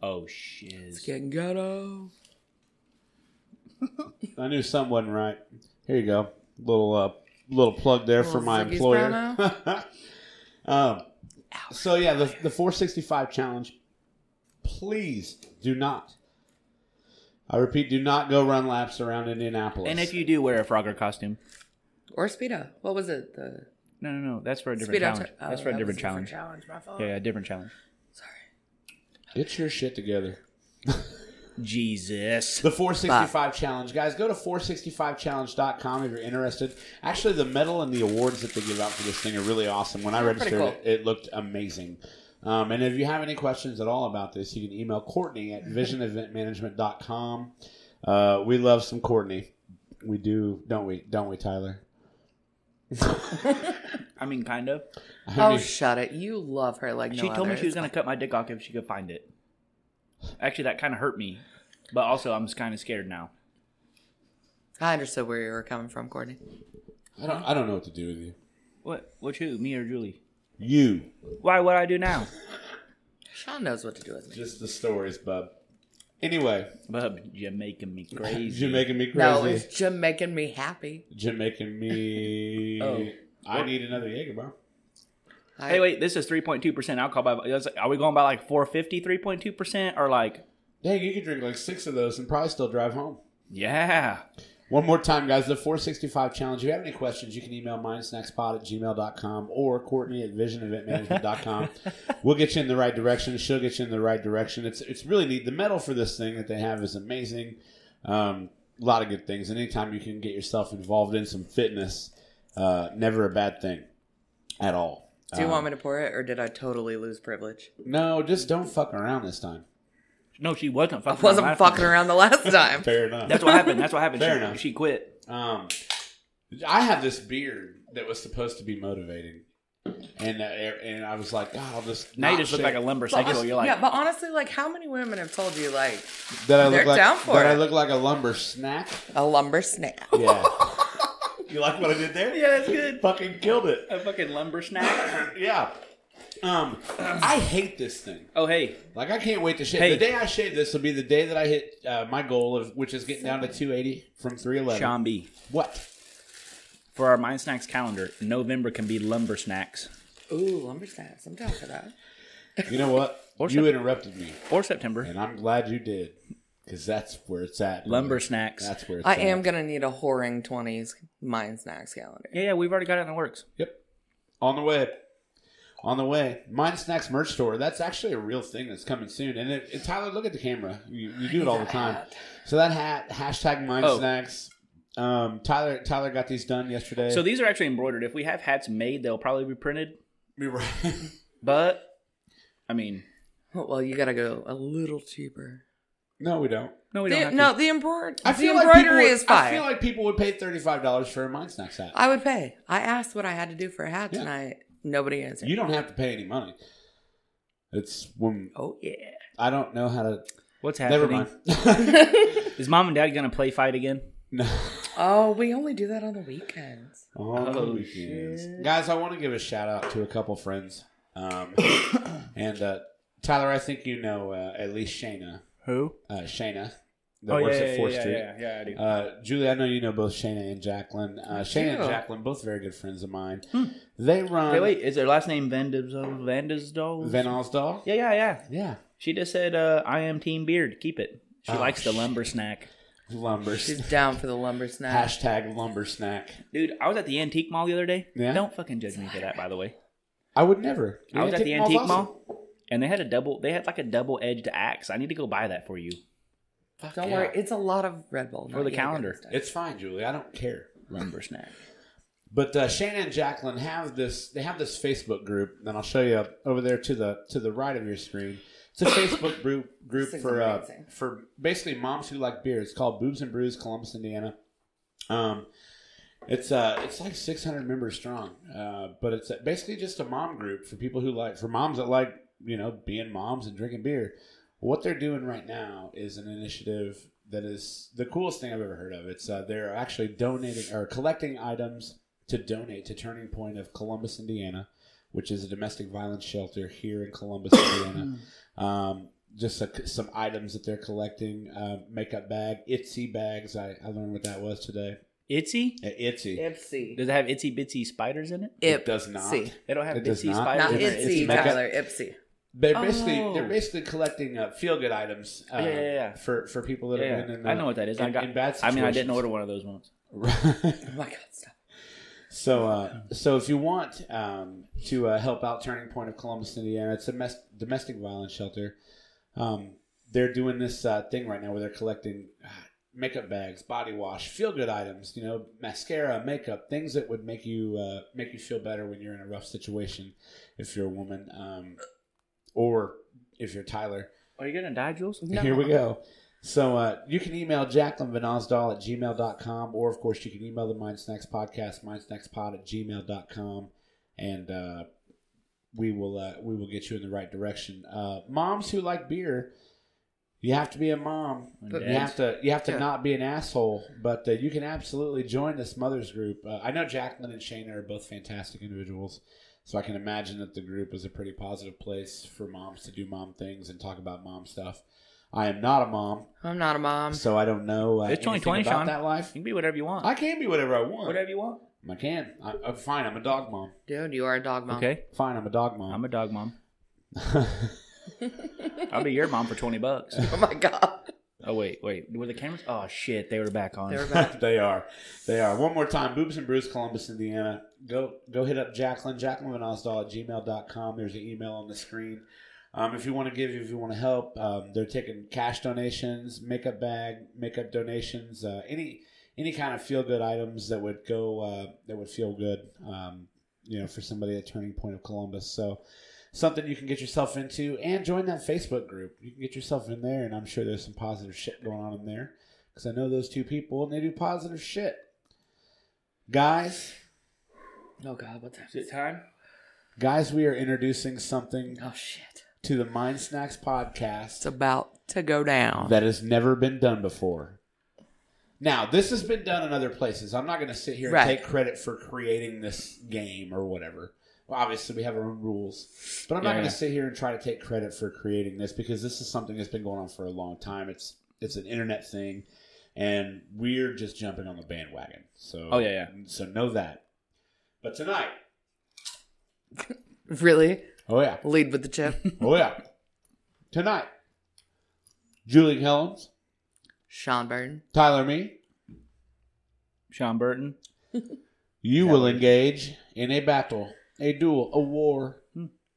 Oh shiz. Getting ghetto. I knew something wasn't right. Here you go, little uh, little plug there for Little my Ziggy's employer. um, so yeah, the the 465 challenge. Please do not. I repeat, do not go run laps around Indianapolis. And if you do wear a Frogger costume, Or Speedo. What was it? The no, no, no, that's for a different Speedo. challenge. cha- oh, that's for a that was different challenge. challenge. My fault. Yeah, yeah, different challenge. get your shit together. Jesus. The 465 Challenge. Guys, go to 465challenge.com if you're interested. Actually, the medal and the awards that they give out for this thing are really awesome. When I registered, cool. it, it looked amazing. Um, and if you have any questions at all about this, you can email Courtney at visioneventmanagement.com. Uh, we love some Courtney. We do, don't we? Don't we, Tyler? I mean, kind of. I Oh, mean, shut it. You love her like no she told me other. she was going to cut my dick off if she could find it. Actually, that kind of hurt me, but also I'm just kind of scared now. I understood where you were coming from, Courtney. I, don't, I don't know what to do with you. What? Which who? Me or Julie? You. Why? What I do now? Sean knows what to do with me. Just the stories, bub. Anyway, Bub, you're making me crazy. you're making me crazy. No, it's just making me happy. Jamaican me. Oh. I need another Jaeger bar. I, Hey, wait. This is 3.2% alcohol. By, that's- are we going by like 450, 3.2%? Or like, Dang, you could drink like six of those and probably still drive home. yeah. One more time, guys, the 465 challenge. If you have any questions, you can email mindsnackspod at gmail.com or Courtney at visioneventmanagement.com. we'll get you in the right direction. She'll get you in the right direction. It's it's really neat. The medal for this thing that they have is amazing. Um, a lot of good things. And anytime you can get yourself involved in some fitness, uh, never a bad thing at all. do you Um, want me to pour it, or did I totally lose privilege? No, just don't fuck around this time. No, she wasn't I fucking wasn't around last fucking time. around the last time. Fair enough. That's what happened. That's what happened. Fair she, enough. she quit. Um, I have this beard that was supposed to be motivating, and uh, and I was like, God, I'll just Now you not just look shave- like a lumber Hon- You're like, yeah, but honestly, like, how many women have told you like that I they're look like down for that it. I look like a lumber snack. a lumber snack? Yeah, you like what I did there? yeah, that's good. fucking killed it. A fucking lumber snack. Yeah. Um, I hate this thing. oh, hey. Like I can't wait to shave. Hey. The day I shave this will be the day that I hit uh, my goal of which is getting down to 280 from 311. Sean B. What? For our Mind Snacks calendar, November can be lumber snacks. Ooh, lumber snacks. I'm down for that. You know what? Or you something. interrupted me, Or September. and I'm glad you did, because that's where it's at. Lumber snacks. That's where it's I at. am gonna need a whoring twenties mind snacks calendar. Yeah, yeah, we've already got it in the works. Yep. On the way. On the way. Mind Snacks merch store. That's actually a real thing that's coming soon. And, it, and Tyler, look at the camera. You, you do it all the time. So that hat, hashtag Mind Oh. Snacks. Um, Tyler Tyler got these done yesterday. So these are actually embroidered. If we have hats made, they'll probably be printed. We were- But, I mean, Well, you gotta go a little cheaper. no, we don't. no, we don't The, have no, to. the, embroid- I the feel embroidery like people is would, I fine. feel like people would pay thirty five dollars for a Mind Snacks hat. I would pay. I asked what I had to do for a hat Yeah. tonight. Nobody answered. you don't have to pay any money. It's when oh yeah. I don't know how to. What's Never happening? mind. Is mom and dad going to play fight again? no. Oh, we only do that on the weekends. On the Oh, weekends. Guys, I want to give a shout out to a couple friends. Um, and uh, Tyler, I think you know uh, at least Shayna. Who? Uh, Shayna, that works at 4th Street. Oh, yeah, I do. Uh, Julie, I know you know both Shayna and Jacqueline. Uh, Shayna and do. Jacqueline, both very good friends of mine. Hmm. They run Hey, wait, is their last name Vandazol? Vandazol? Van Alsdahl. yeah, yeah, yeah. Yeah. She just said, uh, I am Team Beard. Keep it. She Oh, likes the lumber snack. Lumber. She's down for the lumber snack. Hashtag lumber snack. Dude, I was at the antique mall the other day. Yeah? Don't fucking judge me for that, by the way. I would never. I was at the mall's antique awesome. mall, and they had a double. They had like a double edged axe. I need to go buy that for you Don't yeah. worry, it's a lot of Red Bull. for not the yogurt. calendar. It's fine, Julie. I don't care. Lumber snack. But uh, Shannon and Jacqueline have this. They have this Facebook group, and I'll show you over there to the to the right of your screen. It's a Facebook group group This is for uh, amazing. for basically moms who like beer. It's called Boobs and Brews, Columbus, Indiana. Um, it's uh, it's like 600 members strong. Uh, but it's basically just a mom group for people who like for moms that like you know being moms and drinking beer. What they're doing right now is an initiative that is the coolest thing I've ever heard of. It's uh, they're actually donating or collecting items to donate to Turning Point of Columbus, Indiana, which is a domestic violence shelter here in Columbus, Indiana. Um, just a, some items that they're collecting, uh, makeup bag, itsy bags. I, I learned what that was today. Itsy? Uh, itsy. Ipsy. Does it have itsy bitsy spiders in it? It does not. Ipsy. They don't have It does bitsy not. spiders. Not in their Ipsy, makeup. Tyler. Ipsy. They're basically Oh. they're basically collecting uh, feel good items. Uh, Yeah, yeah, yeah. For for people that Yeah, have been in. The, I know what that is. I in- got. in bad I mean, I didn't situations. order one of those ones. Right. Oh my God, stop. So, uh, so if you want um, to uh, help out Turning Point of Columbus, Indiana, it's a mes- domestic violence shelter. Um, they're doing this uh, thing right now where they're collecting ah, makeup bags, body wash, feel good items, you know, mascara, makeup, things that would make you uh, make you feel better when you're in a rough situation, if you're a woman, um, or if you're Tyler. Are you gonna die, Jules? Here we go. So uh, you can email Jacqueline Vinazdahl at gmail.com, or of course, you can email the Mind Snacks Podcast, mindsnackspod at gmail.com, and uh, we will uh, we will get you in the right direction. Uh, moms who like beer, you have to be a mom. But- you have to you have to Yeah. not be an asshole, but uh, you can absolutely join this mothers group. Uh, I know Jacqueline and Shana are both fantastic individuals, so I can imagine that the group is a pretty positive place for moms to do mom things and talk about mom stuff. I am not a mom, I'm not a mom. so I don't know uh, It's 2020, anything about Sean. that You life. can be whatever you want. I can be whatever I want. whatever you want. I can. I, I'm fine. I'm a dog mom. Dude, you are a dog mom. Okay, Fine. I'm a dog I'm mom. a dog mom. I'll be your mom for twenty bucks. Oh my God. Oh wait, wait. Were the cameras? Oh shit, they were back on. They were back. they are. They are. One more time, Boobs and Brews, Columbus, Indiana. Go go hit up Jacqueline, Jacqueline Vinasdal at gmail.com. There's an email on the screen. Um, if you want to give, if you want to help, um, they're taking cash donations, makeup bag, makeup donations, uh, any any kind of feel good items that would go uh, that would feel good, um, you know, for somebody at Turning Point of Columbus. So something you can get yourself into, and join that Facebook group. You can get yourself in there, and I'm sure there's some positive shit going on in there because I know those two people and they do positive shit. Guys, Oh God, what's that? it time? guys, we are introducing something Oh shit. to the Mind Snacks It's podcast about to go down. that has never been done before. Now, this has been done in other places. I'm not going to sit here Right. and take credit for creating this game or whatever. Well, obviously, we have our own rules, but I'm not Yeah. going to sit here and try to take credit for creating this because this is something that's been going on for a long time. It's it's an internet thing, and we're just jumping on the bandwagon. So, Oh yeah, yeah. So know that. But tonight, really? oh yeah, Lead with the chip. oh yeah, tonight, Julie Helms, Sean Burton. Tyler, me, Sean Burton. you will engage in a battle, a duel, a war.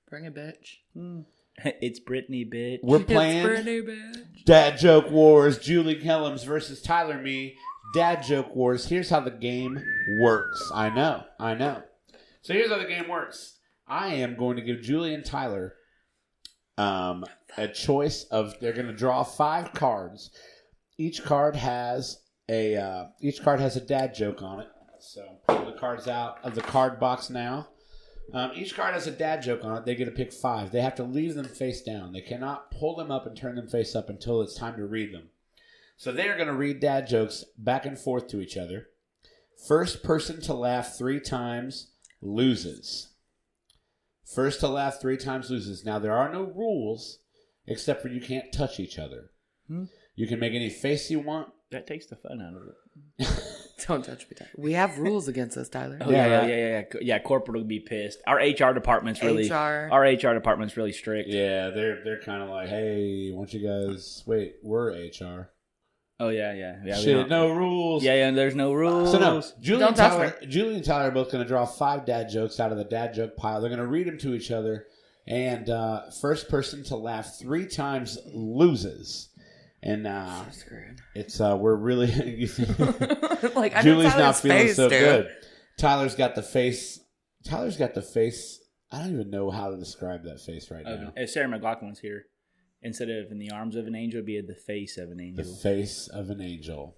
Bring a bitch. it's Brittany, bitch. We're It's for a playing new bitch. Dad Joke Wars. Julie Helms versus Tyler, me. Dad Joke Wars. Here's how the game works. I know, I know. So here's how the game works. I am going to give Julie and Tyler um, a choice of they're going to draw five cards. Each card has a uh, each card has a dad joke on it. So pull the cards out of the card box now. Um, each card has a dad joke on it. They get to pick five. They have to leave them face down. They cannot pull them up and turn them face up until it's time to read them. So they are going to read dad jokes back and forth to each other. First person to laugh three times loses. First to laugh three times loses. Now there are no rules except for you can't touch each other. Hmm. You can make any face you want. That takes the fun out of it. Don't touch me, Tyler. We have rules against us, Tyler. Oh, Yeah, yeah, yeah. yeah, yeah, yeah, yeah. Yeah, corporate would be pissed. Our HR department's really HR. our HR department's really strict. Yeah, they're they're kind of like, hey, why don't you guys wait? We're HR. Oh yeah, yeah, yeah. we Shit, don't- no rules. Yeah, yeah. There's no rules. So no, Julie Don't and, touch Tyler, Julie and Tyler are both going to draw five dad jokes out of the dad joke pile. They're going to read them to each other, and uh, first person to laugh three times loses. And uh, Screwed. it's uh, we're really like I Julie's Julie's not feeling face, so dude. good. Tyler's got the face. Tyler's got the face. I don't even know how to describe that face right Of- now. If Sarah McLaughlin's here, instead of in the arms of an angel, it'd be in the face of an The angel. face of an angel.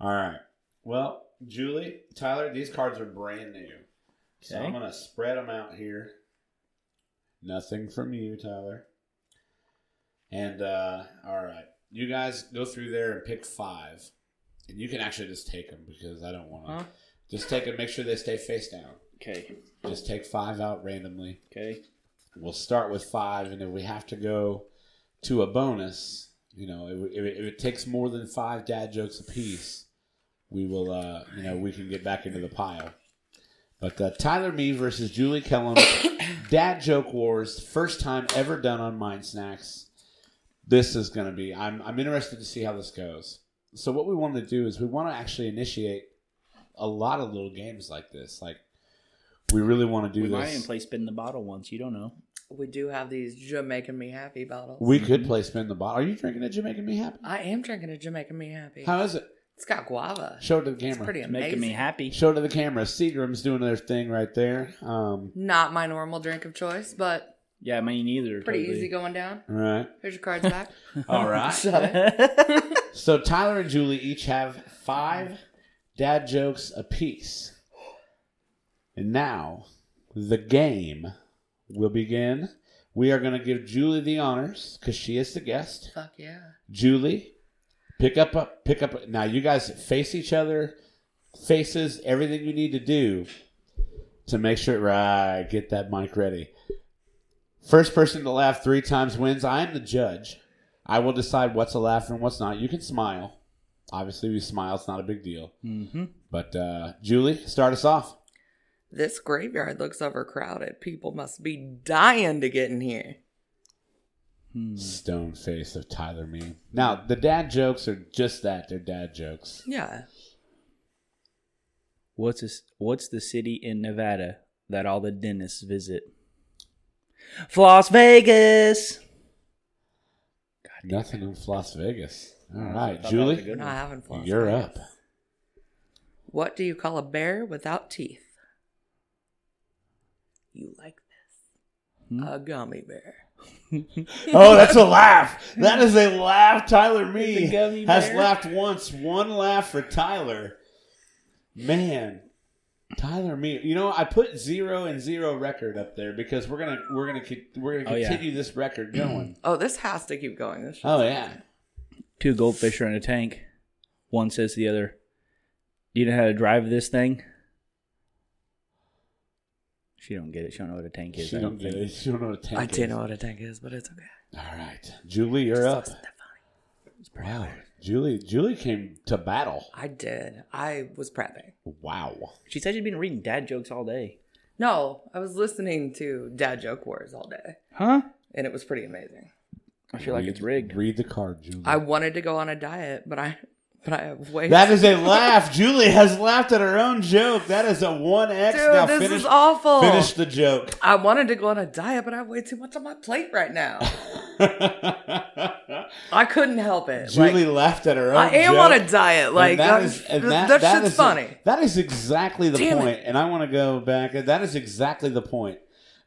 All right. Well, Julie, Tyler, these cards are brand new. So Okay. I'm going to spread them out here. Nothing from you, Tyler. And, uh, all right. You guys go through there and pick five. And you can actually just take them because I don't want to. Huh? Just take them, make sure they stay face down. Okay. Just take five out randomly. Okay. We'll start with five, and if we have to go to a bonus, you know, if, if, it, if it takes more than five dad jokes apiece, we will, uh, you know, we can get back into the pile. But uh, Tyler Me versus Julie Kellum, Dad Joke Wars, first time ever done on Mind Snacks. This is going to be, I'm, I'm interested to see how this goes. So, what we want to do is we want to actually initiate a lot of little games like this. Like, we really want to do we might this. even play spin the bottle once. You don't know. We do have these Jamaican Me Happy bottles. We could play spin the bottle. Are you drinking a Jamaican Me Happy? I am drinking a Jamaican Me Happy. How is it? It's got guava. Show it to the It's camera. pretty It's amazing. making me happy. Show it to the camera. Seagram's doing their thing right there. Um, Not my normal drink of choice, but Yeah, me neither. pretty totally. easy going down. all right. Here's your cards back. All right. Shut it. so Tyler and Julie each have five dad jokes apiece. And now the game will begin. We are going to give Julie the honors because she is the guest. Fuck yeah. Julie, pick up a pick up. Now you guys face each other, faces everything you need to do to make sure right. Get that mic ready. First person to laugh three times wins. I am the judge. I will decide what's a laugh and what's not. You can smile. Obviously, we smile. It's not a big deal. Mm-hmm. But uh, Julie, start us off. This graveyard looks overcrowded. People must be dying to get in here. Stone face of Tyler Me. Now the dad jokes are just that. They're dad jokes. Yeah. What's this, What's the city in Nevada that all the dentists visit? Las Vegas. Nothing in Las Vegas. All I right, thought that was a Julie. good We're not having fun. You're up. What do you call a bear without teeth? You like Hmm? this. A gummy bear. Oh, that's a laugh. That is a laugh. Tyler Me It's a gummy has bear. laughed once. One laugh for Tyler. Man, Tyler Me. You know, I put zero and zero record up there because we're gonna we're gonna con- we're Oh, gonna yeah. continue this record going. Oh, this has to keep going. This oh yeah. Two goldfish are in a tank. One says to the other, "Do you know how to drive this thing?" She don't get it. She don't know what a tank is. She I don't get think. it. She don't know what a tank I do is. know what a tank is, but it's okay. All right, Julie, you're up. Wow, Julie, Julie came to battle. I did. I was prepping. Wow. She said she'd been reading dad jokes all day. No, I was listening to Dad Joke Wars all day, Huh? and it was pretty amazing. I feel like Read- it's rigged. Read the card, Julie. I wanted to go on a diet, but I, but I have way. That is a laugh. Julie has laughed at her own joke. That is a one X. Dude, Now this finish, is awful. finish the joke. I wanted to go on a diet, but I have way too much on my plate right now. I couldn't help it. Julie like, laughed at her own. I am joke, on a diet. and Like that that, is- and that, shit's is- funny. That is exactly the Damn it. point, and I want to go back. That is exactly the point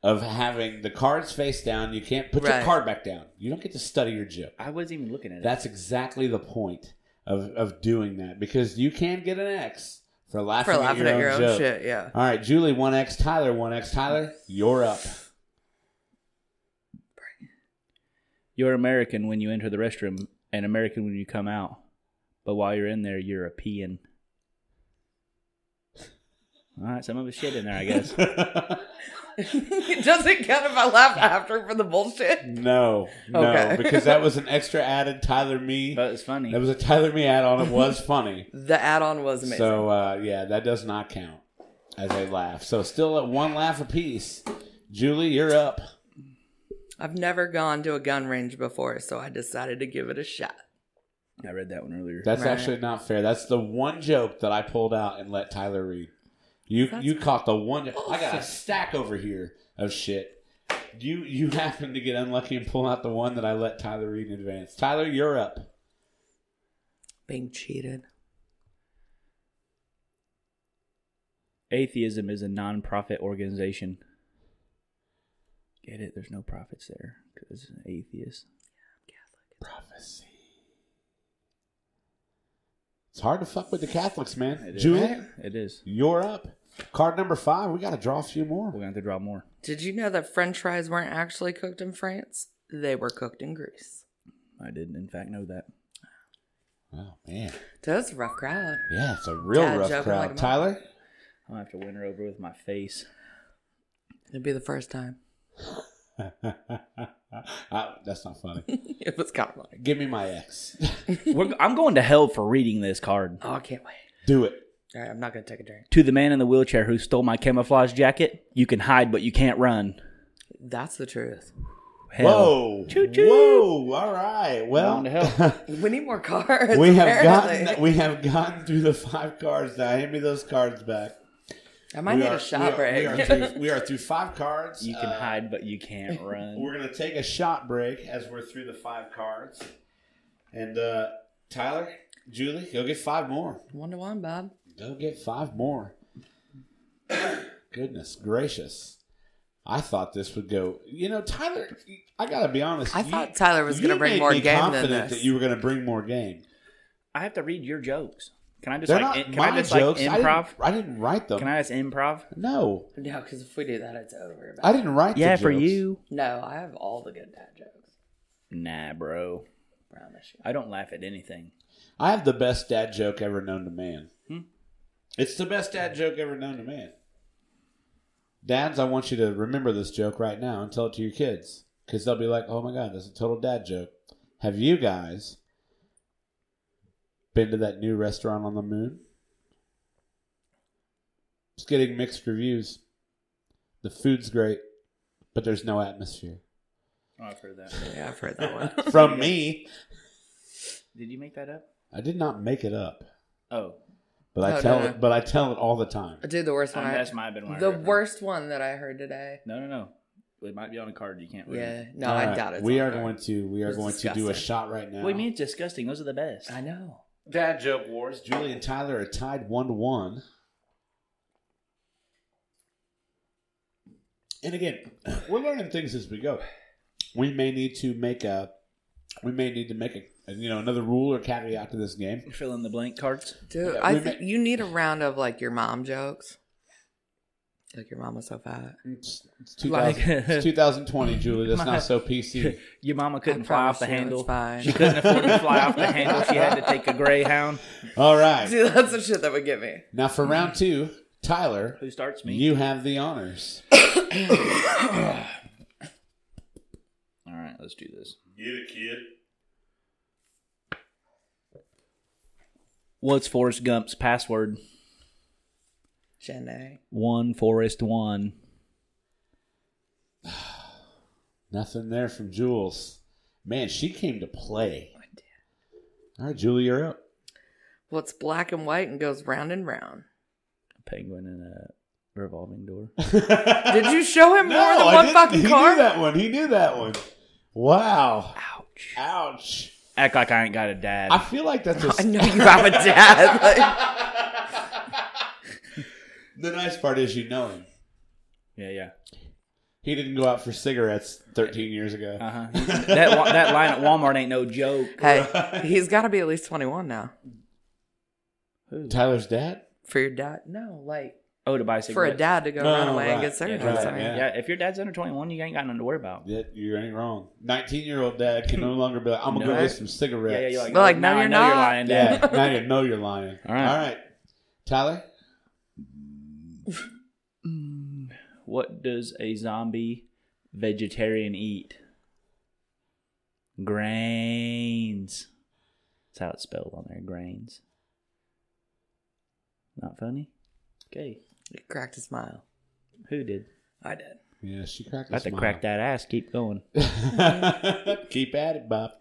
of having the cards face down. You can't put your Right. card back down. You don't get to study your joke. I wasn't even looking at it. That's exactly the point of of doing that because you can get an X for laughing, for laughing at your own, joke. shit, yeah. All right, Julie, 1X Tyler, 1X Tyler, you're up. You're American when you enter the restroom and American when you come out. But while you're in there, you're a peeing. All right, some of it's shit in there, I guess. Does it count if I laugh after for the bullshit? No, no, Okay. because that was an extra added Tyler Me. but it's funny. That was a Tyler Me add on. It was funny. The add-on was amazing. So, uh, yeah, that does not count as a laugh. So, still at one laugh apiece. Julie, you're up. I've never gone to a gun range before, so I decided to give it a shot. I read that one earlier. That's Right. actually not fair. That's the one joke that I pulled out and let Tyler read. You you caught the one. I got a stack over here of shit. You you happened to get unlucky and pull out the one that I let Tyler read in advance. Tyler, you're up. Being cheated. Atheism is a non-profit organization. Get it? There's no profits there because atheist. Prophecy. It's hard to fuck with the Catholics, man. It is. Julian, It is. you're up. Card number five. We got to draw a few more. We're gonna have to draw more. Did you know that French fries weren't actually cooked in France? They were cooked in Greece. I didn't, in fact, know that. Oh man, That's a rough crowd. yeah, it's a real Dad rough joking crowd. like a mother- Tyler, I'm gonna have to win her over with my face. It'd be the first time. Uh, that's not funny. it was kind of like, Give me my ex. We're, I'm going to hell for reading this card. oh, I can't wait. Do it. All right, I'm not gonna take a drink. To the man in the wheelchair who stole my camouflage jacket, you can hide, but you can't run. That's the truth. Hell. Whoa. Choo-choo. Whoa. All right. Well, On to hell. We need more cars. we have apparently. gotten we have gotten through the five cards. Now hand me those cards back. I might we need are, a shot we are- break. We are, through, we are through five cards. You can Uh, hide, but you can't run. We're gonna take a shot break as we're through the five cards. And uh, Tyler, Julie, go get five more. one to one, Bob. Go get five more. Goodness gracious. I thought this would go. You know, Tyler, I got to be honest. I you- thought Tyler was you gonna bring made more me game than confident this. that you were going to bring more game. I have to read your jokes. Can I just They're like not in- can my I just jokes. like I didn't- improv? I, didn't, write them. Can I just improv? no, No, because if we do that, it's over. I didn't write. the Yeah, for jokes. you. No, I have all the good dad jokes. Nah, bro. Promise you. I don't laugh at anything. I have the best dad joke ever known to man. Hmm. It's the best dad joke ever known to man. Dads, I want you to remember this joke right now and tell it to your kids because they'll be like, "Oh my god, that's a total dad joke." Have you guys been to that new restaurant on the moon? It's getting mixed reviews. The food's great, but there's no atmosphere. Oh, I've heard that. Yeah, I've heard that one. From me, Did you make that up? I did not make it up, Oh, but I No, tell no, no. it. But I tell it all the time. Dude, the worst one. I, that's my been one I the heard. worst one that I heard today. No, no, no. It might be on a card. You can't read. Yeah. it. No, All I right, doubt it. We are going to we are It's going to do a disgusting. shot right now. What do you mean? It's disgusting. Those are the best. I know. Dad joke wars. Julie and Tyler are tied one to one. And again, we're learning things as we go. We may need to make a we may need to make a you know another rule or caveat to this game. Fill in the blank cards. Dude, Yeah, I we think may- you need a round of like your mom jokes. Like your mama's so fat. It's, it's, 2000, Like- it's 2020, Julie. That's not so PC. Your mama couldn't I fly off promise the you it's handle. fine. She couldn't afford to fly off the handle. She had to take a greyhound. All right. Dude, that's the shit that would get me. Now for round two, Tyler, Who starts me? you have the honors. All right, let's do this. Get it, kid. What's Forrest Gump's password? Jenny. One Forrest One. Nothing there from Jules. Man, she came to play. All right, Julie, you're up. What's black and white and goes round and round? A penguin in a revolving door. Did you show him more than I one didn't- fucking he car? knew that one. He knew that one. Wow. Ouch. Ouch. Act like I ain't got a dad. I feel like that's I a. know you have a dad. Like, the nice part is you know him. yeah, yeah. He didn't go out for cigarettes 13 years ago. Uh huh. that wa- that line at Walmart ain't no joke. hey, he's got to be at least 21 now. Who? Tyler's dad? For your dad? No, like Oh, to buy cigarettes. for a dad to go No, run away and right. get Yeah, cigarettes. Right, I mean, yeah. yeah. if your dad's under 21, you ain't got nothing to worry about. Yeah, you ain't wrong. 19 year old dad can no longer be like, I'm going to No. go get some cigarettes. Yeah, yeah, you're like, Well, like, now no, I you're know you're not. lying down. Yeah, now you know you're lying. All right. All right. Tyler? What does a zombie vegetarian eat? Grains. That's how it's spelled on there. Grains. Not funny. Okay, He cracked a smile. who did? I did. Yeah, she cracked a Got to smile. crack that ass. Keep going. Keep at it, Bob.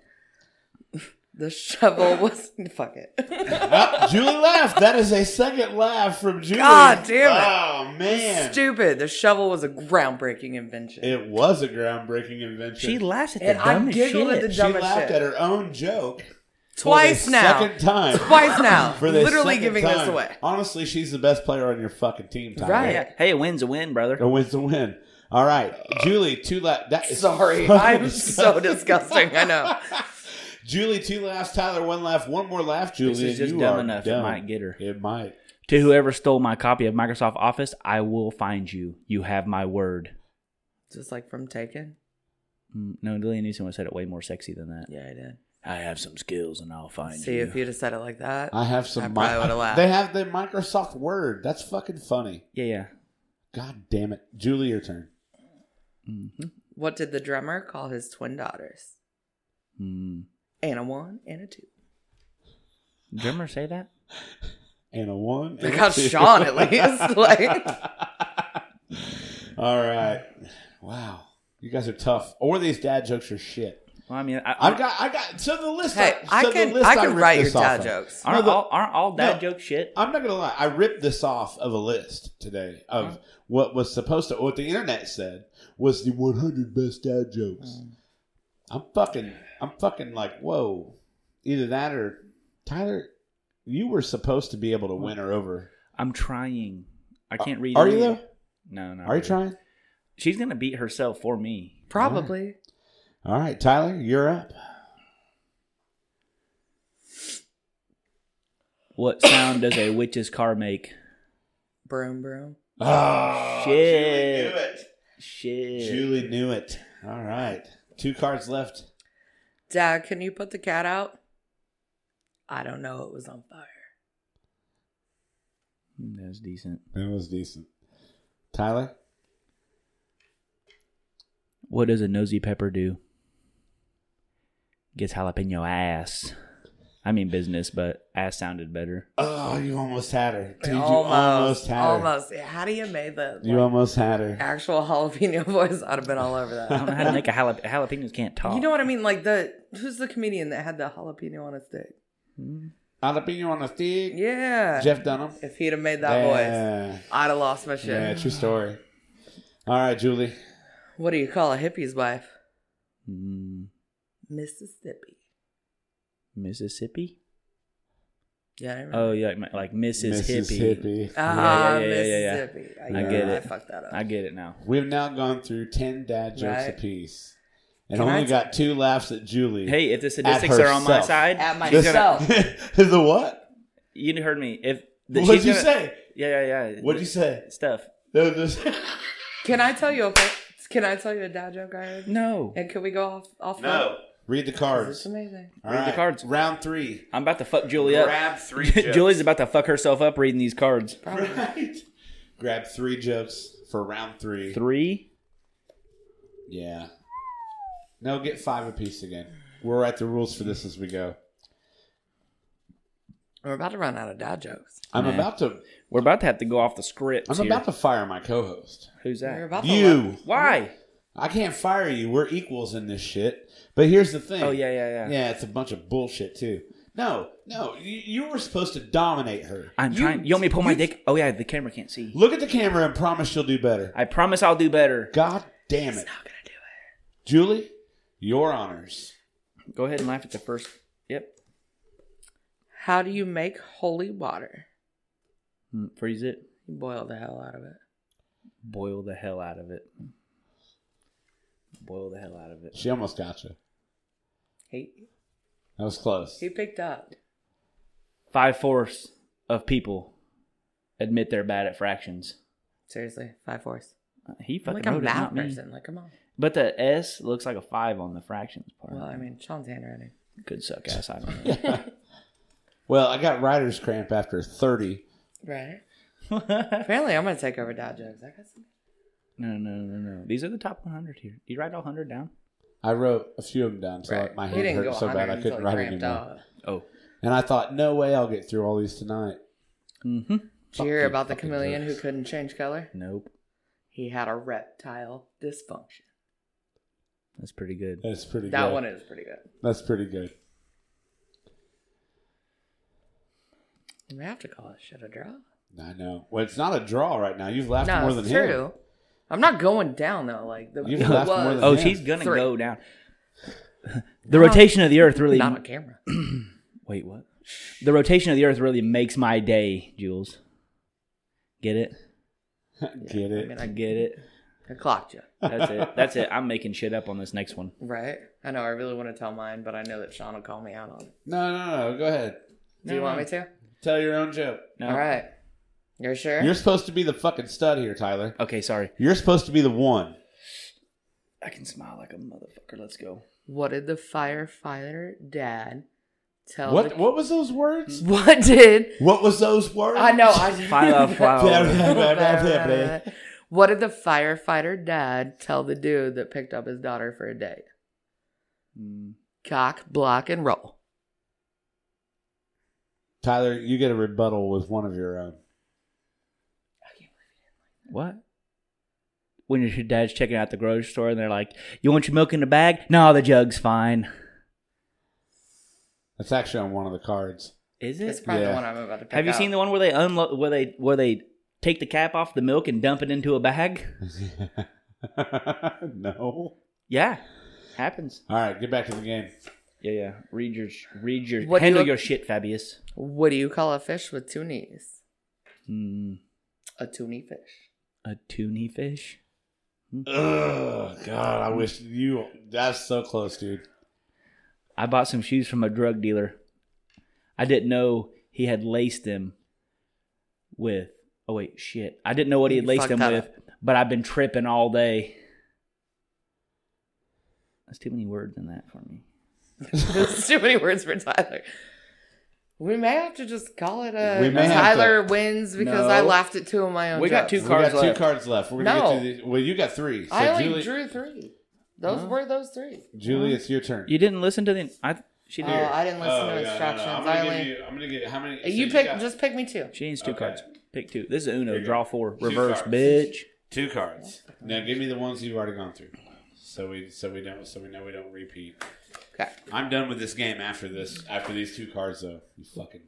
The shovel was fuck it. Ah, Julie laughed. That is a second laugh from Julie. God damn Oh man, Stupid. The shovel was a groundbreaking invention. it was a groundbreaking invention. She laughs at the and I dumbest shit. giggled at the She dumbest laughed shit. at her own joke for Twice the now. Second time. Twice now. For the Literally second giving this time. away. Honestly, she's the best player on your fucking team. Tyler. Right. Yeah. Hey, a win's a win, brother. A win's a win. All right, Julie, two la- that is Sorry. so I'm disgusting. so disgusting. I know. Julie, two laughs. Tyler, one laugh. One more laugh. Julie, This is and just you dumb are enough. dumb. It might get her. It might. To whoever stole my copy of Microsoft Office, I will find you. You have my word. Just like from Taken. Mm, No, Lillian Newsom said it way more sexy than that. Yeah, I did. I have some skills and I'll find See you. if you'd have said it like that. I have some. I probably mi- would've laughed. They have the Microsoft Word. That's fucking funny. yeah, yeah. God damn it, Julie, your turn. What did the drummer call his twin daughters? Mm. And a one and a two. Drummer say that? And a one. They and a got two. Sean at least. like All right. Wow. You guys are tough. Or these dad jokes are shit. Well, I mean, I, I've got. I got. So the list. Hey, so I the can list I can ripped write your this off dad of. jokes. aren't, No, the- all, aren't all dad No. joke shit? I'm not gonna lie. I ripped this off of a list today of what was supposed to. What the internet said was the 100 best dad jokes. I'm fucking. I'm fucking like whoa. Either that or Tyler, you were supposed to be able to win her over. I'm trying. I can't read. Uh, Are you any- though? No, no. Are you trying? She's gonna beat herself for me. Probably. All right, Tyler, you're up. What sound does a witch's car make? Broom broom. Oh, Shit. Julie knew it. Shit. Julie knew it. All right. Two cards left. Dad, can you put the cat out? I don't know. It was on fire. Mm, That was decent. That was decent. Tyler? What does a nosy pepper do? Gets jalapeno ass. I mean business, but ass sounded better. Oh, you almost had her. Dude, you almost, almost had her. almost. How do you make the You like, almost had her. actual jalapeno voice? I'd have been all over I don't know that. how to make a jalap- jalapenos can't talk. you know what I mean? Like the who's the comedian that had the jalapeno on his dick? Jalapeno on a stick. Yeah. Jeff Dunham. If he'd have made that voice, yeah. I'd have lost my shit. Yeah, true story. All right, Julie. What do you call a hippie's wife? Mm, Mississippi. Mississippi. Yeah. I remember. Oh yeah, like, like Mrs. Mrs. Hippie. Uh, Hippie. yeah, Ah, yeah, yeah, yeah, yeah. Mississippi. I get I it. fucked that up. I get it now. We've now gone through 10 dad jokes Right. apiece and Can I only t- got two laughs at Julie. Hey, if the At statistics are on my herself. side, At my- she's gonna- Myself. the what? you heard me. If the, What'd she's you gonna- say? Yeah, yeah, yeah. What'd you say? Stuff. No, just- Can I tell you a fu- Can I tell you a dad joke I heard? No, And can we go off off? Read the that? 'Cause It's cards. amazing. All Read the cards. Round three. I'm about to fuck Julie up. Grab three jokes. Julie's about to fuck herself up reading these cards. Right. Grab three jokes for round three. Three. Yeah. No, get five apiece again. We'll write the rules for this as we go. We're about to run out of dad jokes. I'm Nah. about to. We're about to have to go off the script. I'm here. about to fire my co-host. Who's We're that? about to You. Why? I can't fire you. We're equals in this shit. But here's the thing. Oh yeah, yeah, yeah. Yeah, it's a bunch of bullshit too. No, no. You, you were supposed to dominate her. I'm trying. You want me to pull my dick? Oh yeah, the camera can't see. Look at the camera and promise she'll do better. I promise I'll do better. God damn it, not gonna do it. Julie. Your honors. Go ahead and laugh at the first. Yep. How do you make holy water? Mm, Freeze it. You boil the hell out of it. Boil the hell out of it. Boil the hell out of it. She almost got you. He That was close. he picked up. Five fourths of people admit they're bad at fractions. Seriously, five fourths. Uh, He I'm fucking like a wrote it, math not me. person. Like, come on. But the S looks like a five on the fractions part. Well, I mean, Sean's handwriting. could suck ass. I don't know. Well, I got writer's cramp after 30. Right. Apparently, I'm gonna take over dad jokes. I got some. no, no, no, no. These are the top 100 here. Do you write all 100 down? I wrote a few of them down, so Right. my He hand didn't hurt go so bad 100 I until couldn't he write cramped anymore. up. Oh. And I thought, no way I'll get through all these tonight. Mm-hmm. Did you hear Fucking about the fucking chameleon who jokes. couldn't change color? Nope. He had a reptile dysfunction. That's pretty good. That's pretty That good. one is pretty good. That's pretty good. We have to call this shit a draw. I know. Well, it's not a draw right now. You've laughed No, more than it's him. true. I'm not going down though. Like the You've it laughed was more than Oh, Yeah. she's gonna Three. go down. The rotation of the Earth really. not on camera. Wait, what? The rotation of the Earth really makes my day, Jules. Get it? Get I mean, it? I I, get it. I clocked you, That's it. That's it. I'm making shit up on this next one. right? I know. I really want to tell mine, but I know that Sean will call me out on it. No, no, no. Go ahead. Do you want me to? Tell your own joke. No. All right. You're sure? You're supposed to be the fucking stud here, Tyler. Okay, sorry. You're supposed to be the one. I can smile like a motherfucker. Let's go. what did the firefighter dad tell? What? the- What was those words? What did What was those words? I know? I Fire, fire. What did the firefighter dad tell the dude that picked up his daughter for a date? Mm, Cock, block, and roll. Tyler, you get a rebuttal with one of your own. What? When your dad's checking out the grocery store and they're like, "You want your milk in the bag? No, the jug's fine." That's actually on one of the cards. Is It's probably Yeah. the one I'm about to pick Have you seen the one where they unload where they where they take the cap off the milk and dump it into a bag? no. Yeah, happens. All right, get back to the game. Yeah, yeah. Read your read your What do handle you- your shit, Fabius. What do you call a fish with two knees? Hmm, Mm, A toony fish. a toony fish. Ugh, God, I wish you. That's so close, dude. I bought some shoes from a drug dealer. I didn't know he had laced them with. Oh wait, shit! I didn't know what he had You laced fucked them that with, but I've been tripping all day. That's too many words in that for me. There's too many words for Tyler. We may have to just call it a We may have Tyler wins because I No. laughed at two of my own. We got jokes. two We cards got left. two cards left. We're gonna No. get to the, Well, you got three. So I only Julie, drew three. Those were those three. Julie, it's your turn. You didn't listen to the. I she Oh, did. I didn't listen to yeah, no, no. instructions. I'm I gonna give only you. I'm gonna get how many? so you pick. got just pick me two. she needs two Okay. cards. Pick two. This is Uno. you go. Draw four. Two Reverse, cards. bitch. two cards. Now give me the ones you've already gone through, so we so we don't so we know we don't repeat. Okay. I'm done with this game after this after these two cards though. You fucking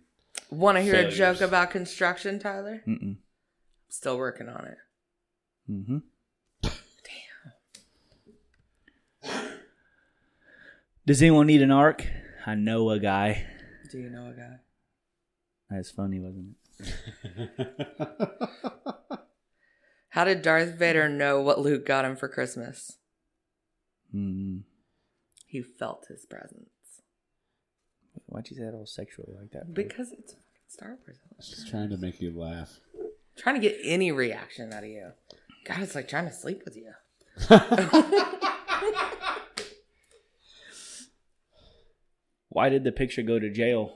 Want to hear Failures. a joke about construction, Tyler? Mm-mm. Still working on it. Mm-hmm. Damn. Does anyone need an arc? I know a guy. Do you know a guy? That's funny, wasn't it? How did Darth Vader know what Luke got him for Christmas? Mm-hmm. Mm. He felt his presence Why'd you say that all sexual like that? because it's Star Wars. just trying to make you laugh. trying to get any reaction out of you. God, it's like trying to sleep with you. Why did the picture go to jail?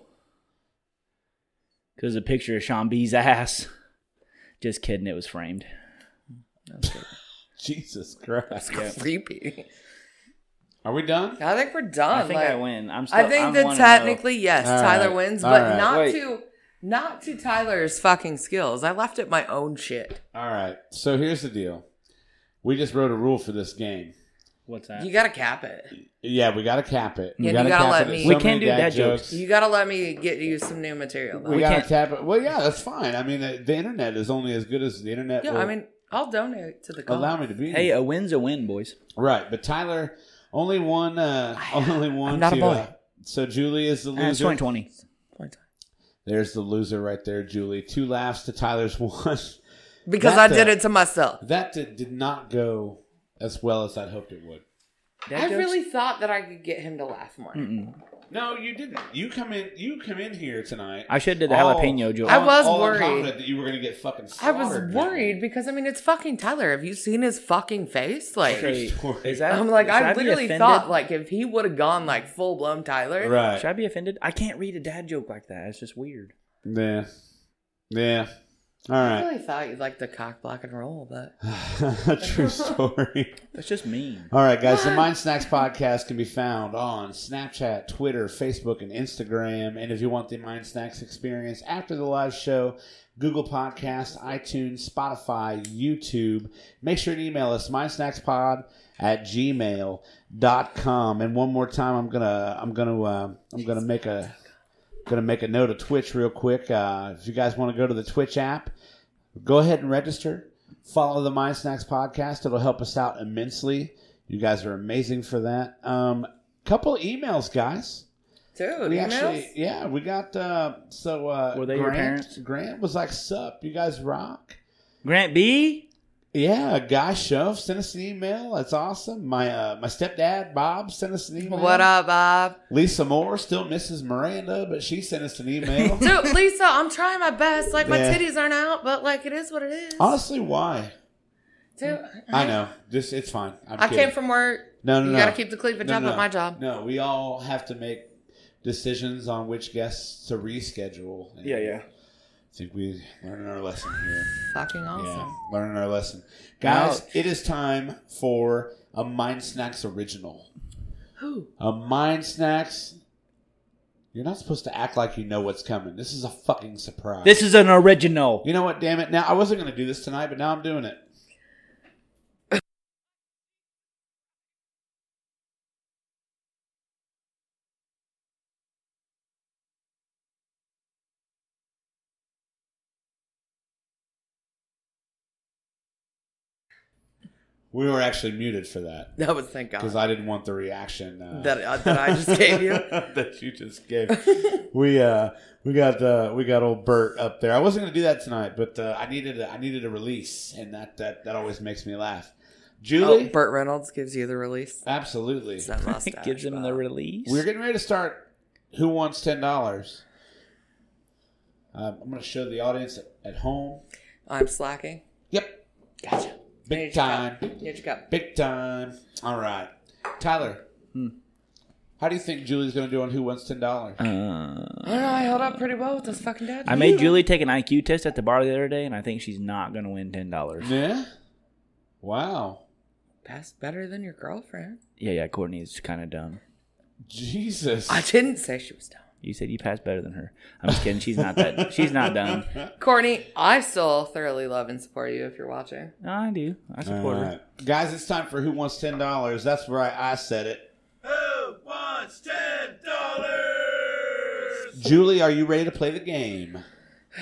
Because a picture of Sean B's ass. Just kidding, it was framed. Jesus Christ. Creepy. Are we done? I think we're done. I think like- I win. I'm still, I think I'm one that and oh. technically, yes, All Tyler right. wins, All but right. not Wait. to not to Tyler's fucking skills. I left at my own shit. All right. So here's the deal. We just wrote a rule for this game. What's that? You gotta cap it. Yeah, we gotta cap it. Yeah, you gotta cap let it at me- so We can't many do dad dad jokes. You gotta let me get you some new material. Though. we, gotta can't- cap it. Well, yeah, that's fine. I mean, uh, the internet is only as good as the internet. yeah, will I mean, I'll donate to the cause. allow me to be. hey, uh, a win's a win, boys. right, but Tyler, only one, uh, only one. not a to, boy. uh, so Julie is the Ah, it's loser. 2020. There's the loser right there, Julie. Two laughs to Tyler's one. because That's I did a- it to myself. that did, did not go as well as I'd hoped it would. Dad I jokes? really thought that I could get him to laugh more. No, you didn't. You come in. You come in here tonight. I should have did the All- jalapeno joke. I was all worried. confident that you were going to get fucking. I was slaughtered. worried because I mean it's fucking Tyler. Have you seen his fucking face? Like Okay, story. is that, I'm like should I be literally offended? thought like if he would have gone like full blown Tyler, Right. Should I be offended? I can't read a dad joke like that. It's just weird. Yeah. Yeah. All I right. really thought you'd like the cock block and roll, but True story. That's just mean. All right, guys. The Mind Snacks podcast can be found on Snapchat, Twitter, Facebook, and Instagram. And if you want the Mind Snacks experience after the live show, Google Podcasts, iTunes, Spotify, YouTube. Make sure to email us mindsnackspod at gmail.com. And one more time, I'm gonna I'm gonna uh, I'm gonna make a Gonna make a note of Twitch real quick. Uh, if you guys want to go to the Twitch app, go ahead and register. Follow the My Snacks podcast; it'll help us out immensely. You guys are amazing for that. Um, couple emails, guys. Dude, We emails? actually, yeah, we got. Uh, so uh, Were they your Grant, parents? Grant was like, "Sup, you guys rock." Grant B. Yeah, Guy Shove sent us an email. That's awesome. My uh, my stepdad Bob sent us an email. What up, Bob? Lisa Moore still misses Miranda, but she sent us an email. Dude, Lisa, I'm trying my best. Like my Yeah. titties aren't out, but like it is what it is. Honestly, why? Dude, I know. Just it's fine. I'm I kidding. came from work. no, no, You no. gotta keep the cleavage no, up no, at my job. No, we all have to make decisions on which guests to reschedule. And I think we learning our lesson here. Fucking Yeah, awesome. learning our lesson, guys. It is time for a Mind Snacks original. Who? A Mind Snacks. You're not supposed to act like you know what's coming. This is a fucking surprise. This is an original. Oh. You know what? Damn it! Now I wasn't going to do this tonight, but now I'm doing it. We were actually muted for that That was thank God. because I didn't want the reaction uh, That- uh, that I just gave you? that you just gave. we uh, we got uh, we got old Bert up there. I wasn't gonna do that tonight, but uh, I needed a, I needed a release, and that that that always makes me laugh. Julie, Oh, Burt Reynolds gives you the release. absolutely. It's that mustache. Gives him the Bob. release. We're getting ready to start. Who wants ten dollars? Uh, I'm gonna show the audience at, at home. I'm slacking. Yep, Gotcha. big time, Here's your cup. big time. All right, Tyler. How do you think Julie's gonna do on Who Wants Ten Dollars? Hmm. Uh, I don't know. I held up pretty well with this fucking dad. I made Julie take an IQ test at the bar the other day, and I think she's not going to win ten dollars. Yeah. Wow. That's better than your girlfriend. Yeah, yeah. Courtney's kind of dumb. Jesus. I didn't say she was dumb. You said you passed better than her. I'm just kidding. She's not that. She's not dumb. Courtney, I still thoroughly love and support you if you're watching. No, I do. I All support her. right. Guys, it's time for Who Wants $10. That's right. I said it. Who wants ten dollars? Julie, are you ready to play the game?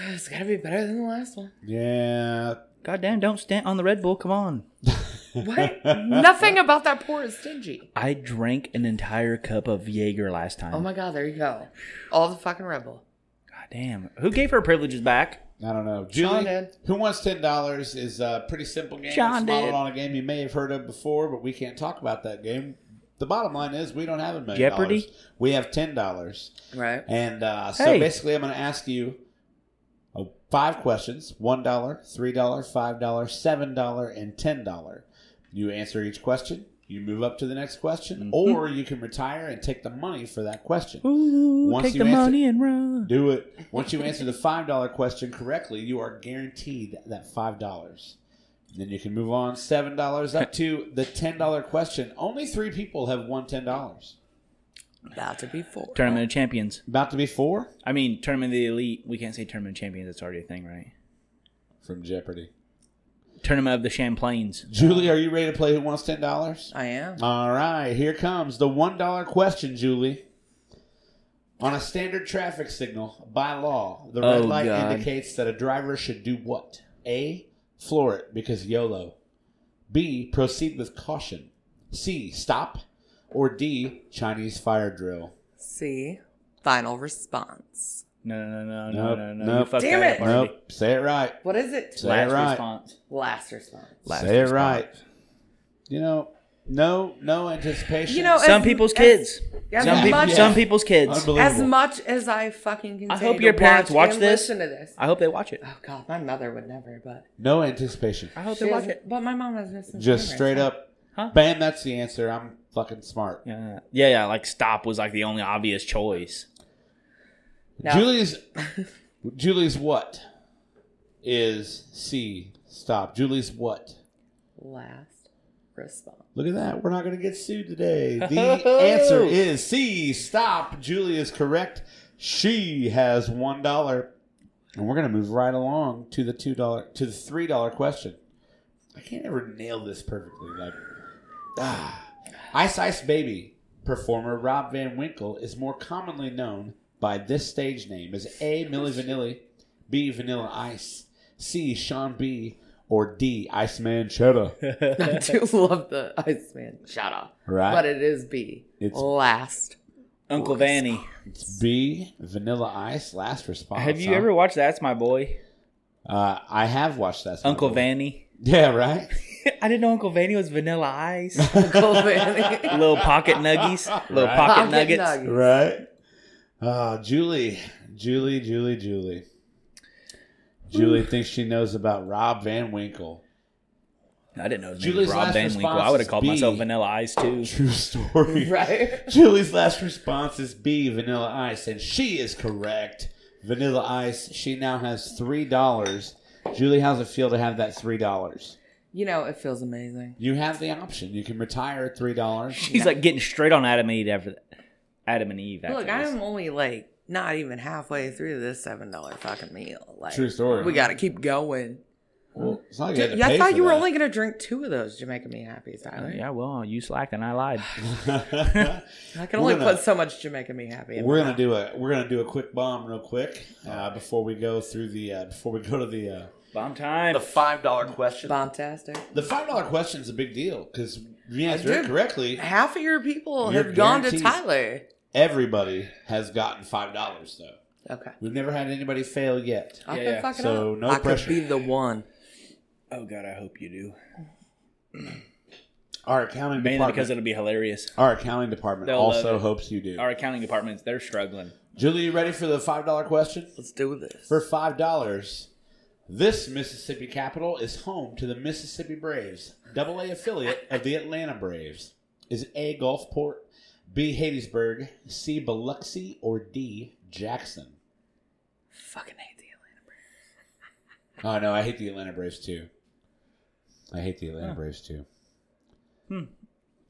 It's gotta be better than the last one. Yeah. God damn! Don't stand on the Red Bull. Come on. What? Nothing about that pour is stingy. I drank an entire cup of Jaeger last time. Oh my god, there you go. All the fucking rebel. God damn! Who gave her privileges back? I don't know. Julie, did. Who Wants $10 is a pretty simple game. Sean it's modeled did. on a game you may have heard of before, but we can't talk about that game. The bottom line is we don't have a million Jeopardy? dollars. We have $10. Right. And uh, so Hey. basically, I'm going to ask you uh, five questions $1, $3, $5, $7, and $10. You answer each question, you move up to the next question, or you can retire and take the money for that question. Mm-hmm. Ooh, Once take you the answer- money and run. Do it. Once you answer the $5 question correctly, you are guaranteed that $5. Then you can move on $7 up to the $10 question. Only three people have won $10. About to be four. Tournament of Champions. About to be four I mean, Tournament of the Elite. We can't say Tournament of Champions. That's already a thing, right? from Jeopardy. Tournament of the Champlains. Julie, are you ready to play Who Wants Ten Dollars? I am. All right, here comes the one dollar question, Julie. On a standard traffic signal, by law, the red Oh, light God. indicates that a driver should do what? A. Floor it because YOLO. B. Proceed with caution. C. Stop. Or D. Chinese fire drill. C. Final response. No, no, no, no, Nope, no, no, no. nope. You fucked Damn that it. up already. Nope. Say it right. What is it? Say it right. response. Last response. Last Say it response. right. You know, no, no anticipation. You know, Some as- people's as- kids. as Some, Yeah. peop- much- Yeah. some people's kids. unbelievable. As much as I fucking can I say hope to your parents watch and this. Listen to this. I hope they watch it. Oh God, my mother would never, but no anticipation. I hope she they watch doesn't- it. But my mom has missing. Just straight up, Huh? bam, that's the answer. I'm fucking smart. Yeah, yeah, yeah. Like stop was like the only obvious choice. No. Julie's, Julie's what is C? Stop. Julie's what? Last response. Look at that. We're not going to get sued today. The answer is C. Stop. Julie is correct. She has one dollar, and we're going to move right along to the two dollar to the three dollar question. I can't ever nail this perfectly. Like, ah, Ice Ice Baby performer Rob Van Winkle is more commonly known by this stage name is A. Milli Vanilli, B. Vanilla Ice, C. Sean B, or D. Iceman Cheddar. I do love the Iceman. Shut up. Right? But it is B. It's- last. Uncle Vanny. It's B. Vanilla Ice. Last response. Have you huh? ever watched That's My Boy? Uh, I have watched that. Uncle Van. Vanny. Yeah, right. I didn't know Uncle Vanny was Vanilla Ice. Uncle Vanny. little pocket nuggies. Little Right. pocket, Pocket nuggets. nuggets. Right. Uh, Julie, Julie, Julie, Julie. Julie thinks she knows about Rob Van Winkle. I didn't know his Julie's name was Rob last Van Winkle. response I would is have called B. myself Vanilla Ice too. True story. right? Julie's last response is B, Vanilla Ice, and she is correct. Vanilla Ice. She now has three dollars. Julie, how's it feel to have that three dollars? You know, it feels amazing. You have the option. You can retire at three dollars. She's like getting straight on Adam and Eve after that. Adam and Eve. After Look, this. I'm only like not even halfway through this seven dollar fucking meal. Like True story. we gotta keep going. Well, it's not like had to Yeah, I pay thought for you were that. only gonna drink two of those Jamaica Me Happies, Tyler. Yeah, well, you slacked and I lied. I can We're only gonna- put so much Jamaica Me Happy. In We're my gonna do a we're gonna do a quick bomb real quick uh, before we go through the uh, before we go to the uh, Bomb time. five dollar question. bombastic. the five dollar question is a big deal because if you answer it Dude. correctly, Half of your people You're have gone to guaranteed- Tyler. everybody has gotten five dollars though. Okay, We've never had anybody fail yet. I Yeah, could yeah. fuck it So, up. no I pressure. could be the one. Oh God, I hope you do. Our accounting Mainly department, because it'll be hilarious. our accounting department They'll love also it. hopes you do. Our accounting departments, they're struggling. Julie, you ready for the five dollar question? Let's do this. For five dollars, this Mississippi capital is home to the Mississippi Braves, Double A affiliate of the Atlanta Braves. Is A Gulfport, B Hattiesburg, C Biloxi, or D Jackson? Fucking hate the Atlanta. Oh no, I hate the Atlanta Braves too. I hate the Atlanta Braves too.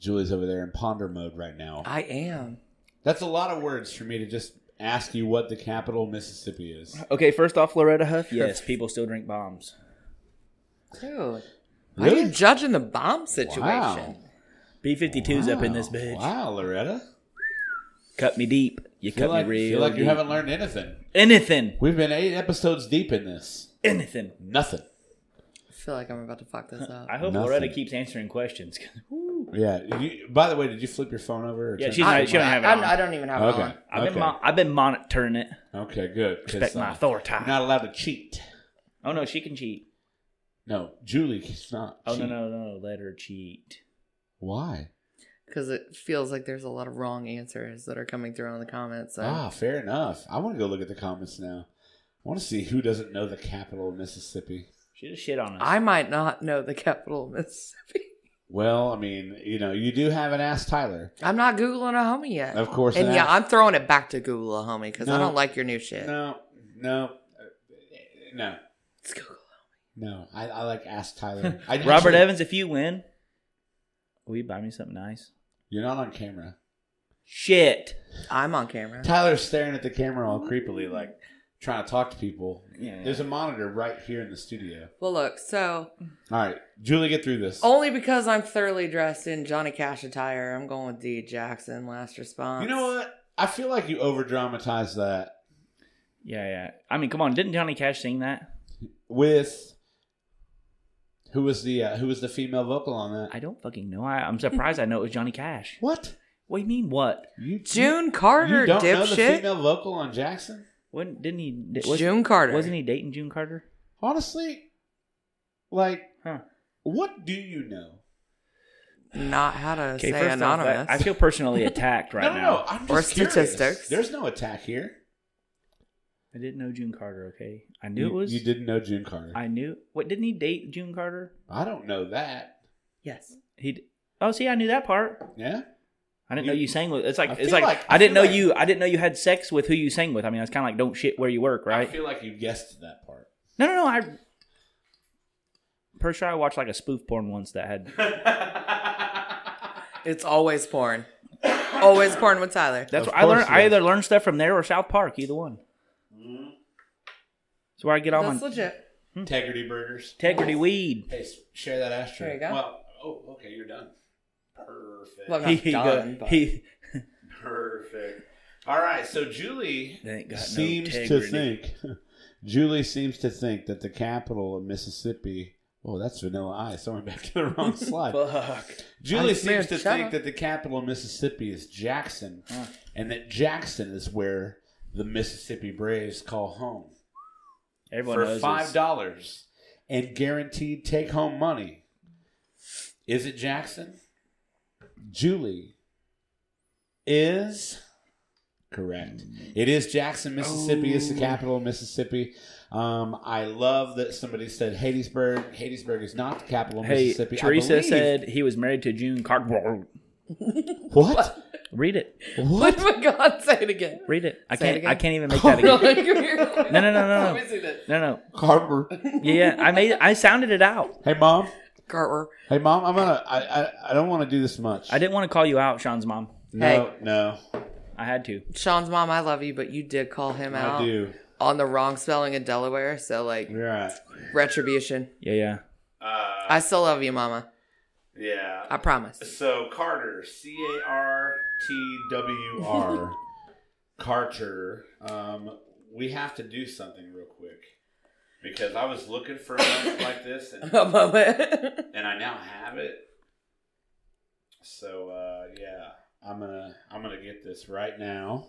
Julie's over there in ponder mode right now. I am. That's a lot of words for me to just ask you what the capital of Mississippi is. Okay, first off, Loretta Huff. Yes, people still drink bombs. Dude, why are you judging the bomb situation? Wow. B 52s up in this bitch. Wow, Loretta. Cut me deep. You Feel cut like, me real. feel like you deep. haven't learned anything. anything. We've been eight episodes deep in this. Anything. Nothing. I feel like I'm about to fuck this up. I hope Nothing. Loretta keeps answering questions. Yeah. You, by the way, did you flip your phone over? or yeah, turn- she's not, she don't have it. I, On. I don't even have it okay. on. I've okay. been mon- I've been monitoring it. okay. Good. 'cause, Respect my uh, authority. You're not allowed to cheat. Oh no, she can cheat. No, Julie's not. Oh no cheat. no no, let her cheat. Why? because it feels like there's a lot of wrong answers that are coming through on the comments. So Ah, fair enough. I want to go look at the comments now. I want to see who doesn't know the capital of Mississippi. She just shit on us. I might not know the capital of Mississippi. Well, I mean, you know, you do have an ass Tyler. I'm not googling a homie yet. Of course and an yeah, ass- I'm throwing it back to Google a homie because I No. don't like your new shit. No, no, uh, no, It's Google. no. I, I like ass Tyler. I Robert actually- Evans, if you win, will you buy me something nice? You're not on camera. Shit. I'm on camera. Tyler's staring at the camera all creepily, like trying to talk to people. Yeah. There's a monitor right here in the studio. Well, look, so All right, Julie, get through this. only because I'm thoroughly dressed in Johnny Cash attire, I'm going with D. Jackson. Last response. you know what? I feel like you over dramatized that Yeah, yeah. I mean, come on, didn't Johnny Cash sing that? with who was the uh, who was the female vocal on that? I don't fucking know. I, I'm surprised I know it was Johnny Cash. What? What do you mean? What? You June you, Carter, you don't know the dipshit. female vocal on Jackson? When didn't he? di- was- June Carter. Wasn't he dating June Carter? Honestly, like, Huh. what do you know? Not how to Okay, say first off, anonymous. I, I feel personally attacked right no, no, now. no. I'm just Or curious. statistics. There's no attack here. I didn't know June Carter. Okay, I knew You, it was. you didn't know June Carter. I, I knew. What didn't he date June Carter? don't know that. yes. He. d- Oh, see, I knew that part. Yeah. I didn't You- know you sang with. It's I like it's feel like, like- I I, didn't know feel like- you. I didn't know you had sex with who you sang with. I mean, it's kind of like don't shit where you work, I right? feel like you guessed that part. no, no, no. I. Pretty sure I watched like a spoof porn once that had. It's always porn. always porn with Tyler. That's Of what I learned. course it I is. either learned stuff from there or South Park, either one. That's where I get all That's my legit. Integrity Burgers. integrity weed. Hey, s- share that ashtray. There you go. Well, oh, okay, you're done. Perfect. Well, not He, he, go- done, but- he- Perfect. All right, so Julie They ain't got no seems to integrity. think. Julie seems to think that the capital of Mississippi. Oh, that's Vanilla Ice. I went back to the wrong slide. Fuck. Julie I'm seems to Smith, shut think up. that the capital of Mississippi is Jackson, and that Jackson is where the Mississippi Braves call home Everyone for knows five five dollars and guaranteed take-home money. Is it Jackson? Julie is correct. It is Jackson, Mississippi. It's Oh. the capital of Mississippi. Um, I love that somebody said Hattiesburg. Hattiesburg is not the capital of Hey, Mississippi. I Teresa believe- said he was married to June Cardwell. what? Read it. What for God say it again? Read it. I Say it can't. I again. Oh, can't even make that again. Like, come here. No, no, no, no, Let me no, see that. no, no. Carver. Yeah, yeah. I made. I sounded it out. Hey mom. Carter. Hey mom. I'm gonna. I I, I don't want to do this much. I didn't want to call you out, Sean's mom. No. No. I had to. Sean's mom, I love you, but you did call him out I do. on the wrong spelling in Delaware. So, like, You're right. retribution. Yeah, yeah. Uh, I still love you, Mama. yeah. I promise. So Carter, C A R T W R, Carter. Um, we have to do something real quick because I was looking for a mic like this, and, A moment. and I now have it. So uh, yeah, I'm gonna I'm gonna get this right now.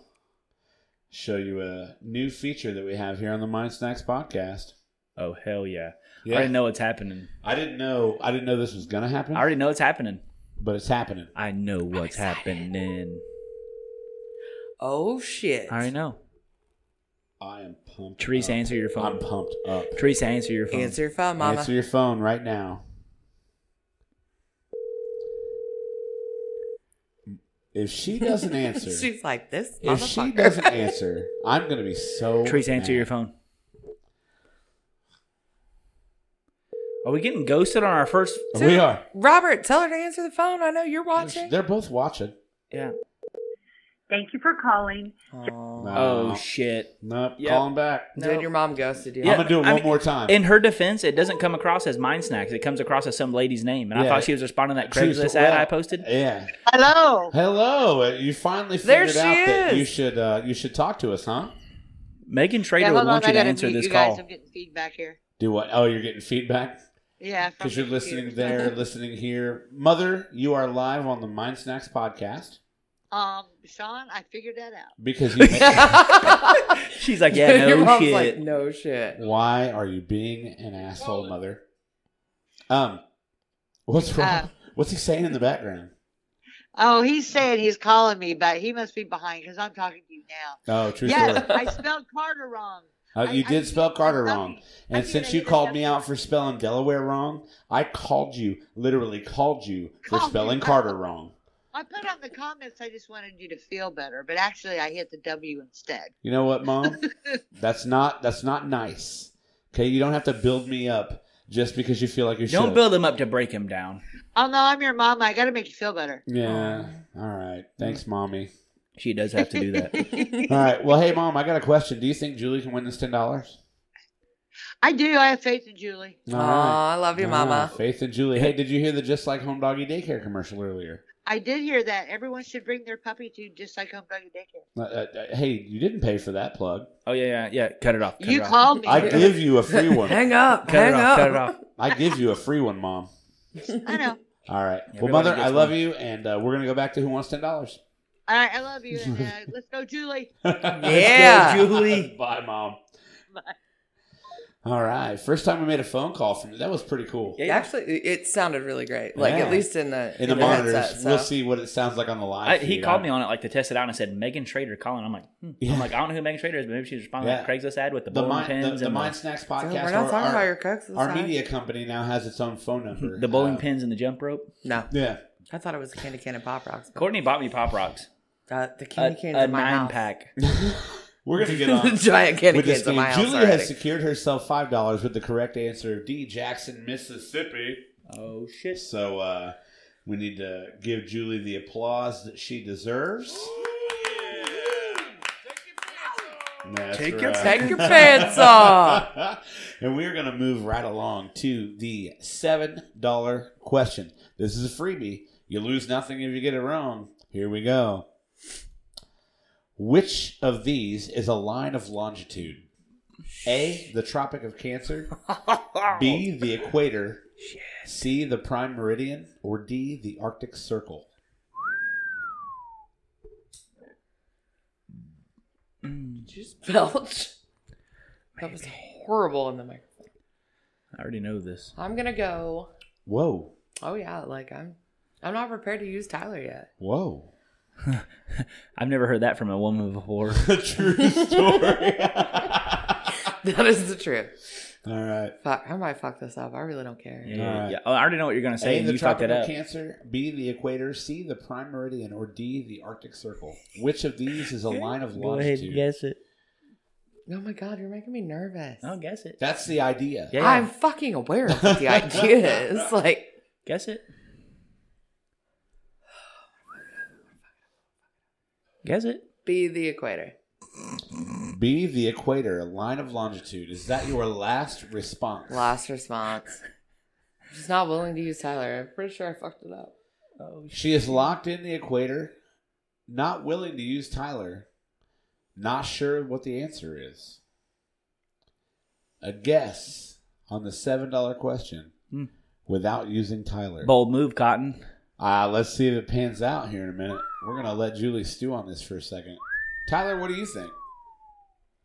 Show you a new feature that we have here on the Mind Snacks podcast. Oh hell yeah. I Yeah. already know what's happening. I didn't know I didn't know this was gonna happen, I already know it's happening. but it's happening. I know what's happening. oh, shit. I already know. I am pumped. Teresa, up. answer your I'm phone. pumped up. Teresa, answer your phone. Answer your phone, Mama. Answer your phone right now. If she doesn't answer, She's like, this if she motherfucker. doesn't answer, I'm gonna be so. Teresa, answer mad. your phone. Are we getting ghosted on our first? We are. Robert, tell her to answer the phone. I know you're watching. They're both watching. Yeah. Thank you for calling. Aw. Oh shit. nope. Yep. Call him back. Dude, your mom ghosted you. I'm gonna do it one I mean, more time. In her defense, it doesn't come across as mind snacks. It comes across as some lady's name, and I Yeah. thought she was responding to that She was- Craigslist ad well, I posted. Yeah. Hello. Hello. uh, You finally There figured she out that is. you should uh, you should talk to us, huh? Megan Trader would hold want you on, I to gotta answer mute this you guys. call. I'm getting feedback here. Do what? Oh, you're getting feedback. Yeah, from Because you're the listening computer. there, listening here. Mother, you are live on the Mind Snacks podcast Um, Sean, I figured that out. because you. She's like, yeah, your no mom's shit. like, no shit. Why are you being an asshole, mother? Um, what's wrong? Uh. what's he saying in the background? Oh, he's saying he's calling me, but he must be behind because I'm talking to you now. Oh, true Yes, story. I spelled Carter wrong. Uh, you I- I did spell did- Carter I thought- wrong, I and did, since I you did, called yes. me out for spelling Delaware wrong, I called you. Literally called you for Called you. spelling Carter wrong. I put out the comments. I just wanted you to feel better, but actually, I hit the W instead. You know what, mom? that's not that's not nice. Okay, you don't have to build me up just because you feel like you should. Don't build him up to break him down. Oh no, I'm your mom. I got to make you feel better. Yeah. All right. Thanks, mommy. She does have to do that. All right. Well, hey, mom, I got a question. Do you think Julie can win this ten dollars? I do. I have faith in Julie. All Aw, right. I love you, All Mama. right, Faith and Julie. Hey, did you hear the Just Like Home Doggy Daycare commercial earlier? I did hear that everyone should bring their puppy to just like home doggy daycare. Uh, uh, uh, hey, you didn't pay for that plug. Oh yeah, yeah, yeah. Cut it off. Cut You it off. called me. I give you a free one. Hang up. Cut hang it off. up. Cut it off. I give you a free one, mom. I know. All right. Everybody well, mother, gets I love one. you, and uh, we're gonna go back to who wants ten dollars. All right, I love you. And, uh, let's go, Julie. Yeah. Julie. Bye, mom. Bye. All right. First time we made a phone call from that was pretty cool. Yeah. Actually, it sounded really great. Like Yeah. at least in the In the headset, monitors, so. we'll see what it sounds like on the live. I, he feed. called I- me on it like to test it out and I said Megan Trader calling. I'm like, hmm. Yeah. I'm like, I don't know who Megan Trader is, but maybe she's responding to that Yeah. Craigslist ad with the, the bowling mind, the, pins the and mind snacks Dude, podcast. we're our- not talking our- about your cooks. this Our time. media company now has its own phone number. the, the bowling Uh, pins and the jump rope. No, Yeah. I thought it was candy cane and pop rocks. But, Courtney bought me pop rocks, uh, the a, candy canes a in my nine house. pack. We're gonna get the on giant candy with this canes in game. my house Julie already. has secured herself five dollars with the correct answer of D Jackson, Mississippi. Oh shit! So uh, we need to give Julie the applause that she deserves. That's Take your- right. Take your pants off. and we're going to move right along to the $7 question. This is a freebie. You lose nothing if you get it wrong. Here we go. Which of these is a line of longitude? A. The Tropic of Cancer. B. The equator. C. The prime meridian. Or D. The Arctic Circle. Just belch. That was horrible in the microphone. I already know this. I'm gonna go. Whoa. Oh yeah, like I'm. I'm not prepared to use Tyler yet. Whoa. I've never heard that from a woman before. True story. That is the truth. All right. Fuck, I might fuck this up. I really don't care. Yeah, Alright. yeah. Oh, I already know what you're gonna say, A, and the you fucked Tropic it of up. Cancer, B, the equator, C, the prime meridian, or D, the Arctic Circle. Which of these is a line of Go ahead longitude? and guess it. Oh my god, you're making me nervous. Oh, I'll guess it. That's the idea. Yeah, I'm fucking aware of what the idea is. Like, guess it. Guess it. be the equator. B, the equator, a line of longitude. Is that your last response? Last response. I'm just not willing to use Tyler. I'm pretty sure I fucked it up. She is locked in the equator, not willing to use Tyler, not sure what the answer is. A guess on the $7 question Hmm. without using Tyler. Bold move, Cotton. Uh, let's see if it pans out here in a minute. We're going to let Julie stew on this for a second. Tyler, what do you think?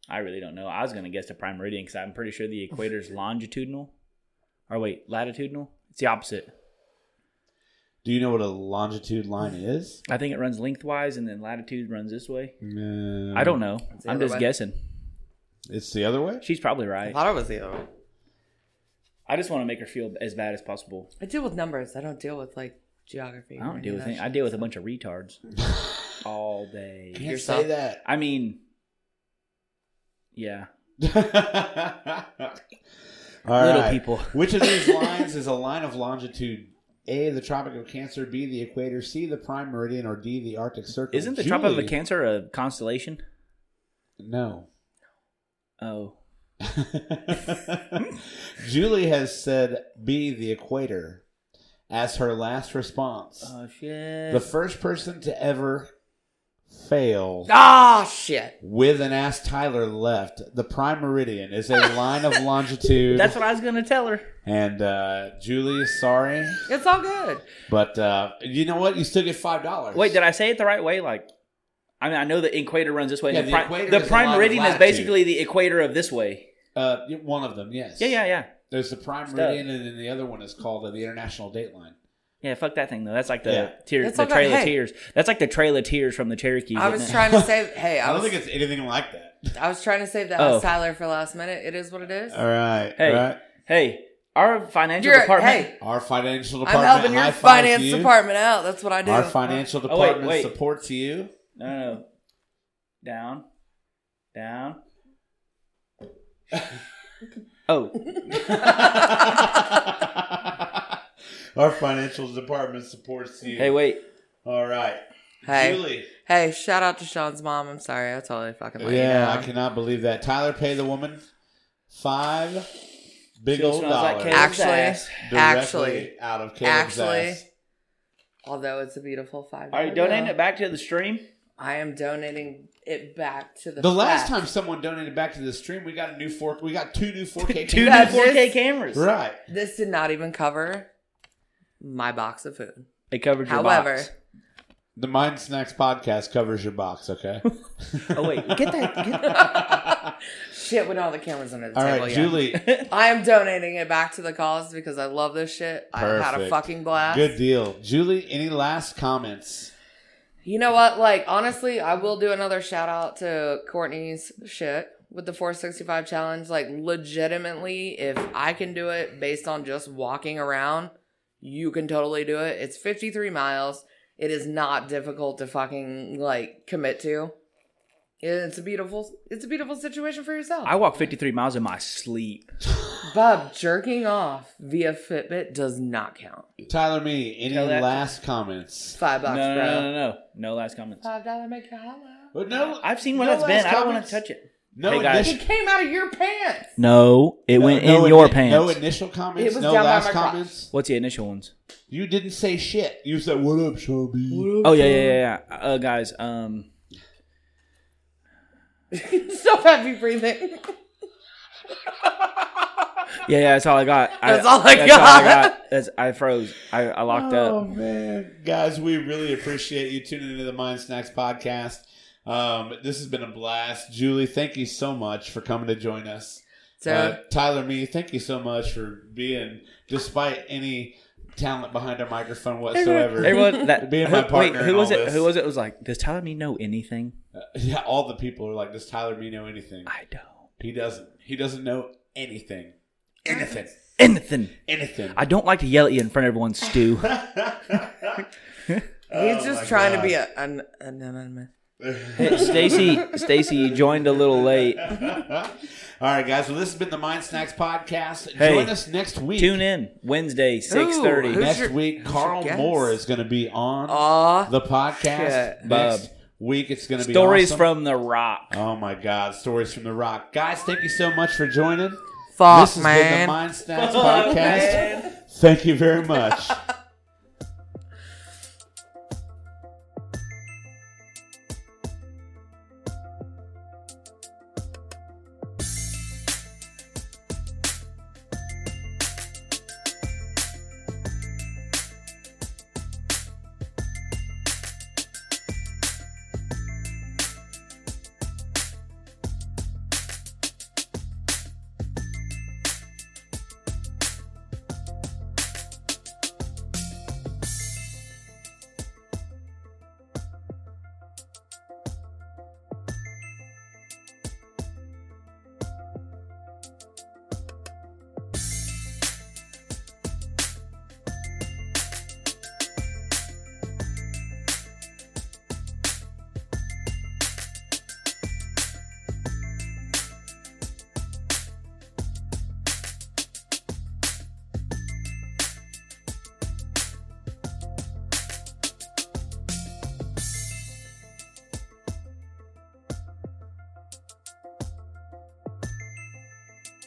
I really don't know. I was gonna guess the prime meridian because I'm pretty sure the equator's longitudinal. Or wait, latitudinal. It's the opposite. Do you know what a longitude line is? I think it runs lengthwise, and then latitude runs this way. No. I don't know. the I'm other just way. guessing. It's the other way? She's probably I right. thought it was the other one. I just want to make her feel as bad as possible. I deal with numbers. I don't deal with like geography. I don't deal with. Any, I anything. deal with a bunch of retards all day. Can't Yourself? say that. I mean, yeah, All little right. people. Which of these lines is a line of longitude? A, the Tropic of Cancer, B, the equator, C, the prime meridian, or D, the Arctic Oh, Circle. Isn't the Tropic Julie- of Cancer a constellation? No. Oh, Julie has said B, the equator, as her last response. oh shit! the first person to ever fail Ah, shit. with an ass Tyler left. The prime meridian is a line of longitude. Ah! That's what I was gonna tell her. and uh, Julie, sorry, It's all good. but uh, you know what? You still get five dollars. Wait, did I say it the right way? Like, I mean, I know the equator runs this way. Yeah, the, the pri- equator the is a prime lot of meridian is latitude. basically the equator of this way. Uh, one of them, yes. Yeah, yeah, yeah, There's the prime Stuff. meridian, and then the other one is called uh, the international date line. yeah. Fuck that thing though. That's like the Yeah. tear, It's the all good. trail of Hey. tears. That's like the trail of tears from the Cherokees. I isn't was it? trying to save. Hey, I I don't was. think it's anything like that. I was trying to save that Oh. was Tyler for last minute. It is what it is. All right, Hey. all right. Hey, our financial You're department. hey. Our financial I'm department. helping your high fives finance you. department out. That's what I do. Our financial Oh, wait, department wait. supports you. No, no, no. Down. Down. oh, Our financial department supports you. hey, wait. All right, hey, Julie. hey, shout out to Sean's mom. I'm sorry, I totally fucking let yeah, you I um, down. cannot believe that. Tyler, pay the woman five big Still old smells like dollars cake. Actually, ass. directly actually, out of Caleb's actually, ass. although it's a beautiful five. Are you donating it back to the stream? I am donating it back to the. The last fact. time someone donated back to the stream, we got a new fork. We got two new 4K. Two new cameras. That's 4K just- cameras. Right. this did not even cover my box of food. It covered your However, box. The Mind Snacks podcast covers your box, okay? Oh, wait. Get that. Get that. shit, with all the cameras under the All table. right, yeah. Julie. I am donating it back to the cause because I love this shit. I had a Perfect. fucking blast. Good deal. Julie, any last comments? You know what? Like, honestly, I will do another shout out to Courtney's shit with the 465 challenge. Like, legitimately, if I can do it based on just walking around, you can totally do it. It's 53 miles. It is not difficult to fucking like commit to. It's a beautiful, it's a beautiful situation for yourself. I walk 53 miles in my sleep. Bub jerking off via Fitbit does not count. Tyler, me, any Tell that- last comments? Five No, bucks, no, bro. no, no, no. No last comments. Five dollar make you hollow. But no, I've seen what no that's been. last I don't want to comments? touch it. No, Hey, guys. It initial, came out of your pants. No, it no- went no in ini- your pants. No initial comments. It was no down by last my crotch. comments. What's the initial ones? You didn't say shit. You said, "What up, Sean B?" Oh yeah, yeah, yeah. yeah. Uh, guys, um, so happy breathing. Yeah, yeah, that's all I got. That's all I That's all I got. got. That's, I froze. I, I locked oh, up. man, guys, we really appreciate you tuning into the Mind Snacks podcast. Um, this has been a blast, Julie. Thank you so much for coming to join us. So Uh, Tyler, me, thank you so much for being, despite any talent behind our microphone whatsoever. Everyone, that Being who- my partner Wait, in who was all it? this. Who was it? Was like, does Tyler me know anything? Yeah, all the people are like, does Tyler me know anything? I don't. He doesn't. He doesn't know anything. Anything. Anything. Anything. I don't like to yell at you in front of everyone, Stu. he's just trying to be a, an anonymous. Hey, Stacy, Stacy, you joined a little late. All right, guys. Well, this has been the Mind Snacks podcast. Hey, Join us next week. Tune in Wednesday, six who's thirty. Next your- week, who's Carl your guest? Moore is going to be on Aw, the podcast. shit. Next week, it's going to be Stories awesome. from the Rock. Oh my God! Stories from the Rock, guys. Thank you so much for joining. fuck, this has been the man. Mind Snacks podcast. Thank you very much.